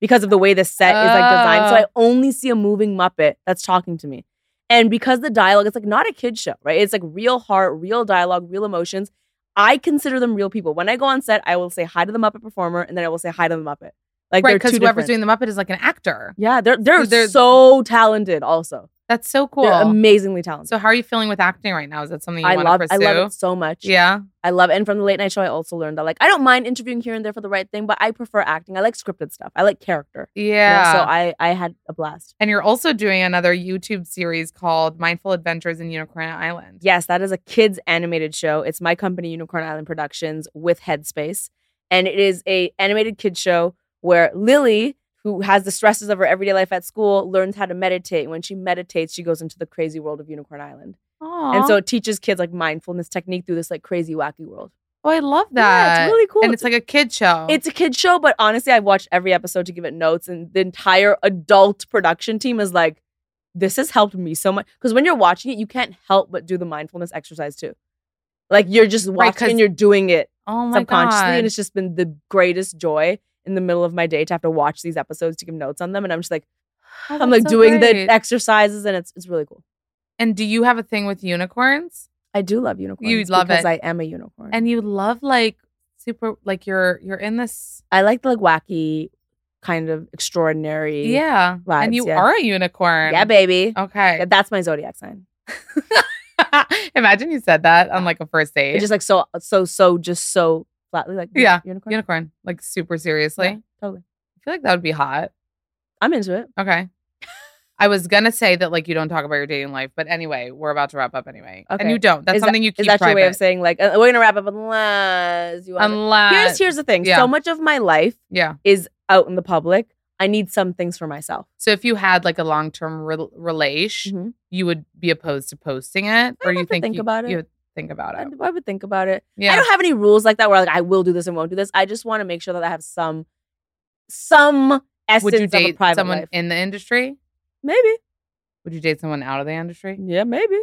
Speaker 4: because of the way the set is like designed. So
Speaker 3: Oh.
Speaker 4: I only see a moving Muppet that's talking to me. And because the dialogue, it's like not a kid show, right? It's like real heart, real dialogue, real emotions. I consider them real people. When I go on set, I will say hi to the Muppet performer, and then I will say hi to the Muppet. Like
Speaker 3: right,
Speaker 4: they're
Speaker 3: because
Speaker 4: two
Speaker 3: whoever's
Speaker 4: different.
Speaker 3: doing the Muppet is like an actor.
Speaker 4: Yeah, they're they're,
Speaker 3: they're-
Speaker 4: so talented. Also,
Speaker 3: That's so cool.
Speaker 4: they're amazingly talented.
Speaker 3: So how are you feeling with acting right now? Is that something you
Speaker 4: I
Speaker 3: want to
Speaker 4: love
Speaker 3: pursue?
Speaker 4: I love it so much.
Speaker 3: Yeah.
Speaker 4: I love and from the late night show, I also learned that like I don't mind interviewing here and there for the right thing, but I prefer acting. I like scripted stuff. I like character. you know?
Speaker 3: Yeah.
Speaker 4: so I I had a blast.
Speaker 3: and you're also doing another YouTube series called Mindful Adventures in Unicorn Island.
Speaker 4: Yes, that is a kids animated show. It's my company, Unicorn Island Productions, with Headspace, and it is a animated kids show where Lily. Who has the stresses of her everyday life at school learns how to meditate. And when she meditates, she goes into the crazy world of Unicorn Island.
Speaker 3: Aw.
Speaker 4: And so it teaches kids like mindfulness technique through this like crazy wacky world.
Speaker 3: oh, I love that.
Speaker 4: Yeah, it's really cool.
Speaker 3: And it's like a kid show.
Speaker 4: it's a kid show, but honestly, I've watched every episode to give it notes, and the entire adult production team is like, "This has helped me so much." Because when you're watching it, you can't help but do the mindfulness exercise too. Like you're just watching
Speaker 3: 'cause-
Speaker 4: and you're doing it
Speaker 3: Oh my
Speaker 4: subconsciously.
Speaker 3: god.
Speaker 4: And it's just been the greatest joy in the middle of my day to have to watch these episodes to give notes on them. And I'm just like,
Speaker 3: Oh,
Speaker 4: I'm
Speaker 3: that's
Speaker 4: like
Speaker 3: so
Speaker 4: doing
Speaker 3: great.
Speaker 4: the exercises and it's it's really cool.
Speaker 3: And do you have a thing with unicorns?
Speaker 4: I do love unicorns.
Speaker 3: love
Speaker 4: because
Speaker 3: it.
Speaker 4: I am a unicorn.
Speaker 3: And you love like super like you're you're in this
Speaker 4: I like the like wacky, kind of extraordinary.
Speaker 3: Yeah. and
Speaker 4: vibes,
Speaker 3: you
Speaker 4: yeah.
Speaker 3: are a unicorn.
Speaker 4: Yeah, baby.
Speaker 3: Okay.
Speaker 4: Yeah, that's my zodiac sign.
Speaker 3: Imagine you said that on like a first date.
Speaker 4: It's just like so so so just so flatly like
Speaker 3: Yeah.
Speaker 4: unicorn.
Speaker 3: unicorn. Like super seriously.
Speaker 4: Yeah, totally.
Speaker 3: I feel like that would be hot.
Speaker 4: I'm into it.
Speaker 3: Okay. I was gonna say that like you don't talk about your dating life, but anyway, we're about to wrap up anyway. And
Speaker 4: Okay.
Speaker 3: you don't. That's
Speaker 4: Is that-
Speaker 3: something you keep
Speaker 4: Is that your way of
Speaker 3: private.
Speaker 4: saying like uh, we're gonna wrap up unless you want?
Speaker 3: Unless
Speaker 4: here's here's the thing.
Speaker 3: yeah.
Speaker 4: So much of my life
Speaker 3: Yeah.
Speaker 4: is out in the public. I need some things for myself.
Speaker 3: So if you had like a long term re- relation,
Speaker 4: Mhm.
Speaker 3: you would be opposed to posting it, or
Speaker 4: I'd
Speaker 3: you
Speaker 4: have to
Speaker 3: think
Speaker 4: think
Speaker 3: you,
Speaker 4: about it.
Speaker 3: you would think about
Speaker 4: I,
Speaker 3: it.
Speaker 4: I would think about it.
Speaker 3: Yeah,
Speaker 4: I don't have any rules like that where like I will do this and won't do this. I just want to make sure that I have some some essence
Speaker 3: would you
Speaker 4: of a
Speaker 3: date
Speaker 4: private
Speaker 3: someone
Speaker 4: life.
Speaker 3: in the industry?
Speaker 4: Maybe.
Speaker 3: Would you date someone out of the industry?
Speaker 4: Yeah, maybe.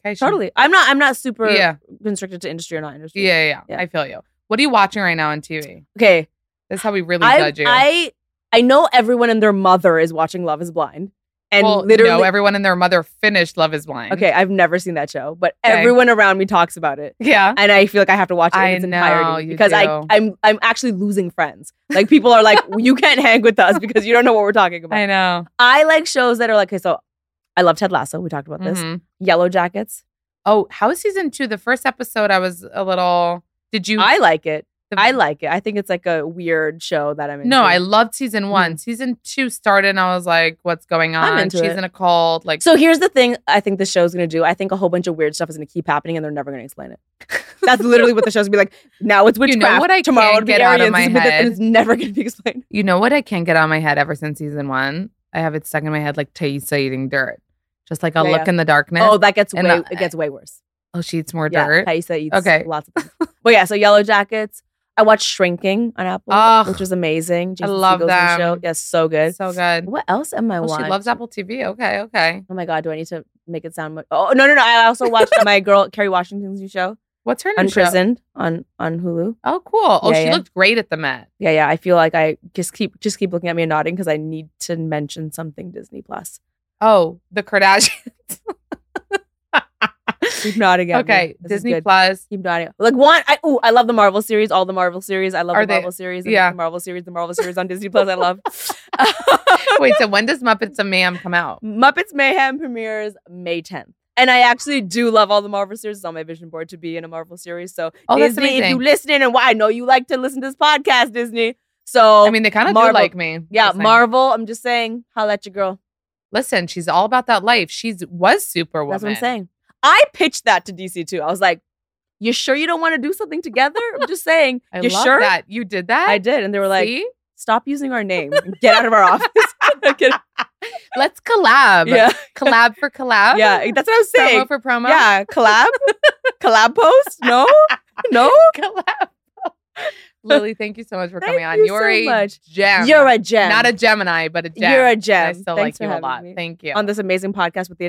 Speaker 3: Okay, sure.
Speaker 4: Totally. I'm not I'm not super
Speaker 3: Yeah.
Speaker 4: constricted to industry or not industry.
Speaker 3: yeah, yeah, yeah,
Speaker 4: Yeah.
Speaker 3: I feel you. What are you watching right now on TV?
Speaker 4: Okay.
Speaker 3: That's how we really
Speaker 4: I,
Speaker 3: judge you.
Speaker 4: I I know everyone and their mother is watching Love is Blind. And
Speaker 3: well,
Speaker 4: literally
Speaker 3: no, everyone and their mother finished Love Is Blind.
Speaker 4: Okay, I've never seen that show, but
Speaker 3: Okay.
Speaker 4: everyone around me talks about it.
Speaker 3: yeah,
Speaker 4: And I feel like I have to watch it in
Speaker 3: I
Speaker 4: its
Speaker 3: know,
Speaker 4: entirety
Speaker 3: you
Speaker 4: because I
Speaker 3: do.
Speaker 4: I'm I'm actually losing friends. Like people are like, you can't hang with us because you don't know what we're talking about.
Speaker 3: I know.
Speaker 4: I like shows that are like, okay, so I love Ted Lasso. We talked about this.
Speaker 3: Mhm.
Speaker 4: Yellow Jackets.
Speaker 3: Oh, how is season two? The first episode, I was a little. Did you?
Speaker 4: I like it.
Speaker 3: the-
Speaker 4: I like it. I think it's like a weird show that I'm into.
Speaker 3: No, I loved season one. Season two started, and I was like, "What's going on?"
Speaker 4: Mm-hmm. I'm into
Speaker 3: She's
Speaker 4: it.
Speaker 3: in a cult. Like,
Speaker 4: So here's the thing I think the show's gonna do. I think a whole bunch of weird stuff is gonna keep happening and they're never gonna explain it. That's literally what the show's gonna be like. Now it's
Speaker 3: You
Speaker 4: witchcraft.
Speaker 3: know what I
Speaker 4: Tomorrow
Speaker 3: can't
Speaker 4: it'll be
Speaker 3: get out of
Speaker 4: Aryans,
Speaker 3: my
Speaker 4: it's with this,
Speaker 3: head?
Speaker 4: And it's never gonna be explained.
Speaker 3: you know what? I can't get out of my head ever since season one. I have it stuck in my head like Thaisa eating dirt. Just like I'll
Speaker 4: Yeah,
Speaker 3: look
Speaker 4: yeah.
Speaker 3: in the darkness.
Speaker 4: Oh, that gets way
Speaker 3: And, uh,
Speaker 4: it gets way worse.
Speaker 3: Oh, she eats more
Speaker 4: Yeah.
Speaker 3: dirt.
Speaker 4: Thaisa eats
Speaker 3: Okay.
Speaker 4: lots of things. but yeah, so Yellow Jackets. I watched Shrinking on Apple,
Speaker 3: Ugh.
Speaker 4: which was amazing. Jason
Speaker 3: love
Speaker 4: Segels' new
Speaker 3: them.
Speaker 4: Show. Yes, so good.
Speaker 3: So good.
Speaker 4: What else am I
Speaker 3: Oh,
Speaker 4: watching?
Speaker 3: she loves Apple TV. Okay, okay.
Speaker 4: Oh my god, do I need to make it sound? Much- oh no, no, no! I also watched my girl Carrie Washington's new show,
Speaker 3: What's her new show?
Speaker 4: Unprisoned, on on Hulu.
Speaker 3: Oh, cool. Oh,
Speaker 4: Yeah,
Speaker 3: she
Speaker 4: yeah.
Speaker 3: looked great at the Met.
Speaker 4: Yeah, yeah. I feel like I just keep just keep looking at me and nodding because I need to mention something Disney Plus.
Speaker 3: Oh, the Kardashians.
Speaker 4: Keep nodding at me.
Speaker 3: okay,
Speaker 4: This is
Speaker 3: Disney
Speaker 4: good.
Speaker 3: Plus.
Speaker 4: Keep nodding. Like one, I ooh, I love the Marvel series, all the Marvel series. I love
Speaker 3: Are
Speaker 4: the
Speaker 3: they-
Speaker 4: Marvel series. and
Speaker 3: yeah.
Speaker 4: the Marvel series, the Marvel series on Disney Plus. I love.
Speaker 3: Wait, so when does Muppets and Ma'am come out?
Speaker 4: Muppets Mayhem premieres May 10th. And I actually do love all the Marvel series. It's on my vision board to be in a Marvel series. So
Speaker 3: Oh, that's
Speaker 4: Disney, if you
Speaker 3: amazing.
Speaker 4: listening, and why I know you like to listen to this podcast, Disney. So
Speaker 3: I mean, they kind of do
Speaker 4: Marvel.
Speaker 3: like me.
Speaker 4: yeah,
Speaker 3: Just saying.
Speaker 4: Marvel. I'm just saying, holla at your girl.
Speaker 3: Listen, she's all about that life. She's was Superwoman.
Speaker 4: That's what I'm saying. I pitched that to DC too. I was like, "You sure you don't want to do something together?" I'm just saying.
Speaker 3: I
Speaker 4: you
Speaker 3: love
Speaker 4: sure?
Speaker 3: that. You did that?
Speaker 4: I did, and they were like,
Speaker 3: See?
Speaker 4: "Stop using our name. and Get out of our office." I'm kidding.
Speaker 3: Let's collab.
Speaker 4: yeah,
Speaker 3: Collab for collab.
Speaker 4: yeah. That's what I was
Speaker 3: Promo
Speaker 4: saying.
Speaker 3: for promo.
Speaker 4: Yeah, collab, collab post. No, no.
Speaker 3: collab. Lily, thank you so much for
Speaker 4: Thank
Speaker 3: coming on.
Speaker 4: you
Speaker 3: You're
Speaker 4: so
Speaker 3: a
Speaker 4: much.
Speaker 3: gem.
Speaker 4: You're a gem.
Speaker 3: Not a Gemini, but a gem.
Speaker 4: You're a
Speaker 3: And
Speaker 4: gem.
Speaker 3: I still
Speaker 4: Thanks
Speaker 3: like
Speaker 4: for
Speaker 3: you a
Speaker 4: having
Speaker 3: lot.
Speaker 4: me
Speaker 3: Thank you.
Speaker 4: on this amazing podcast with the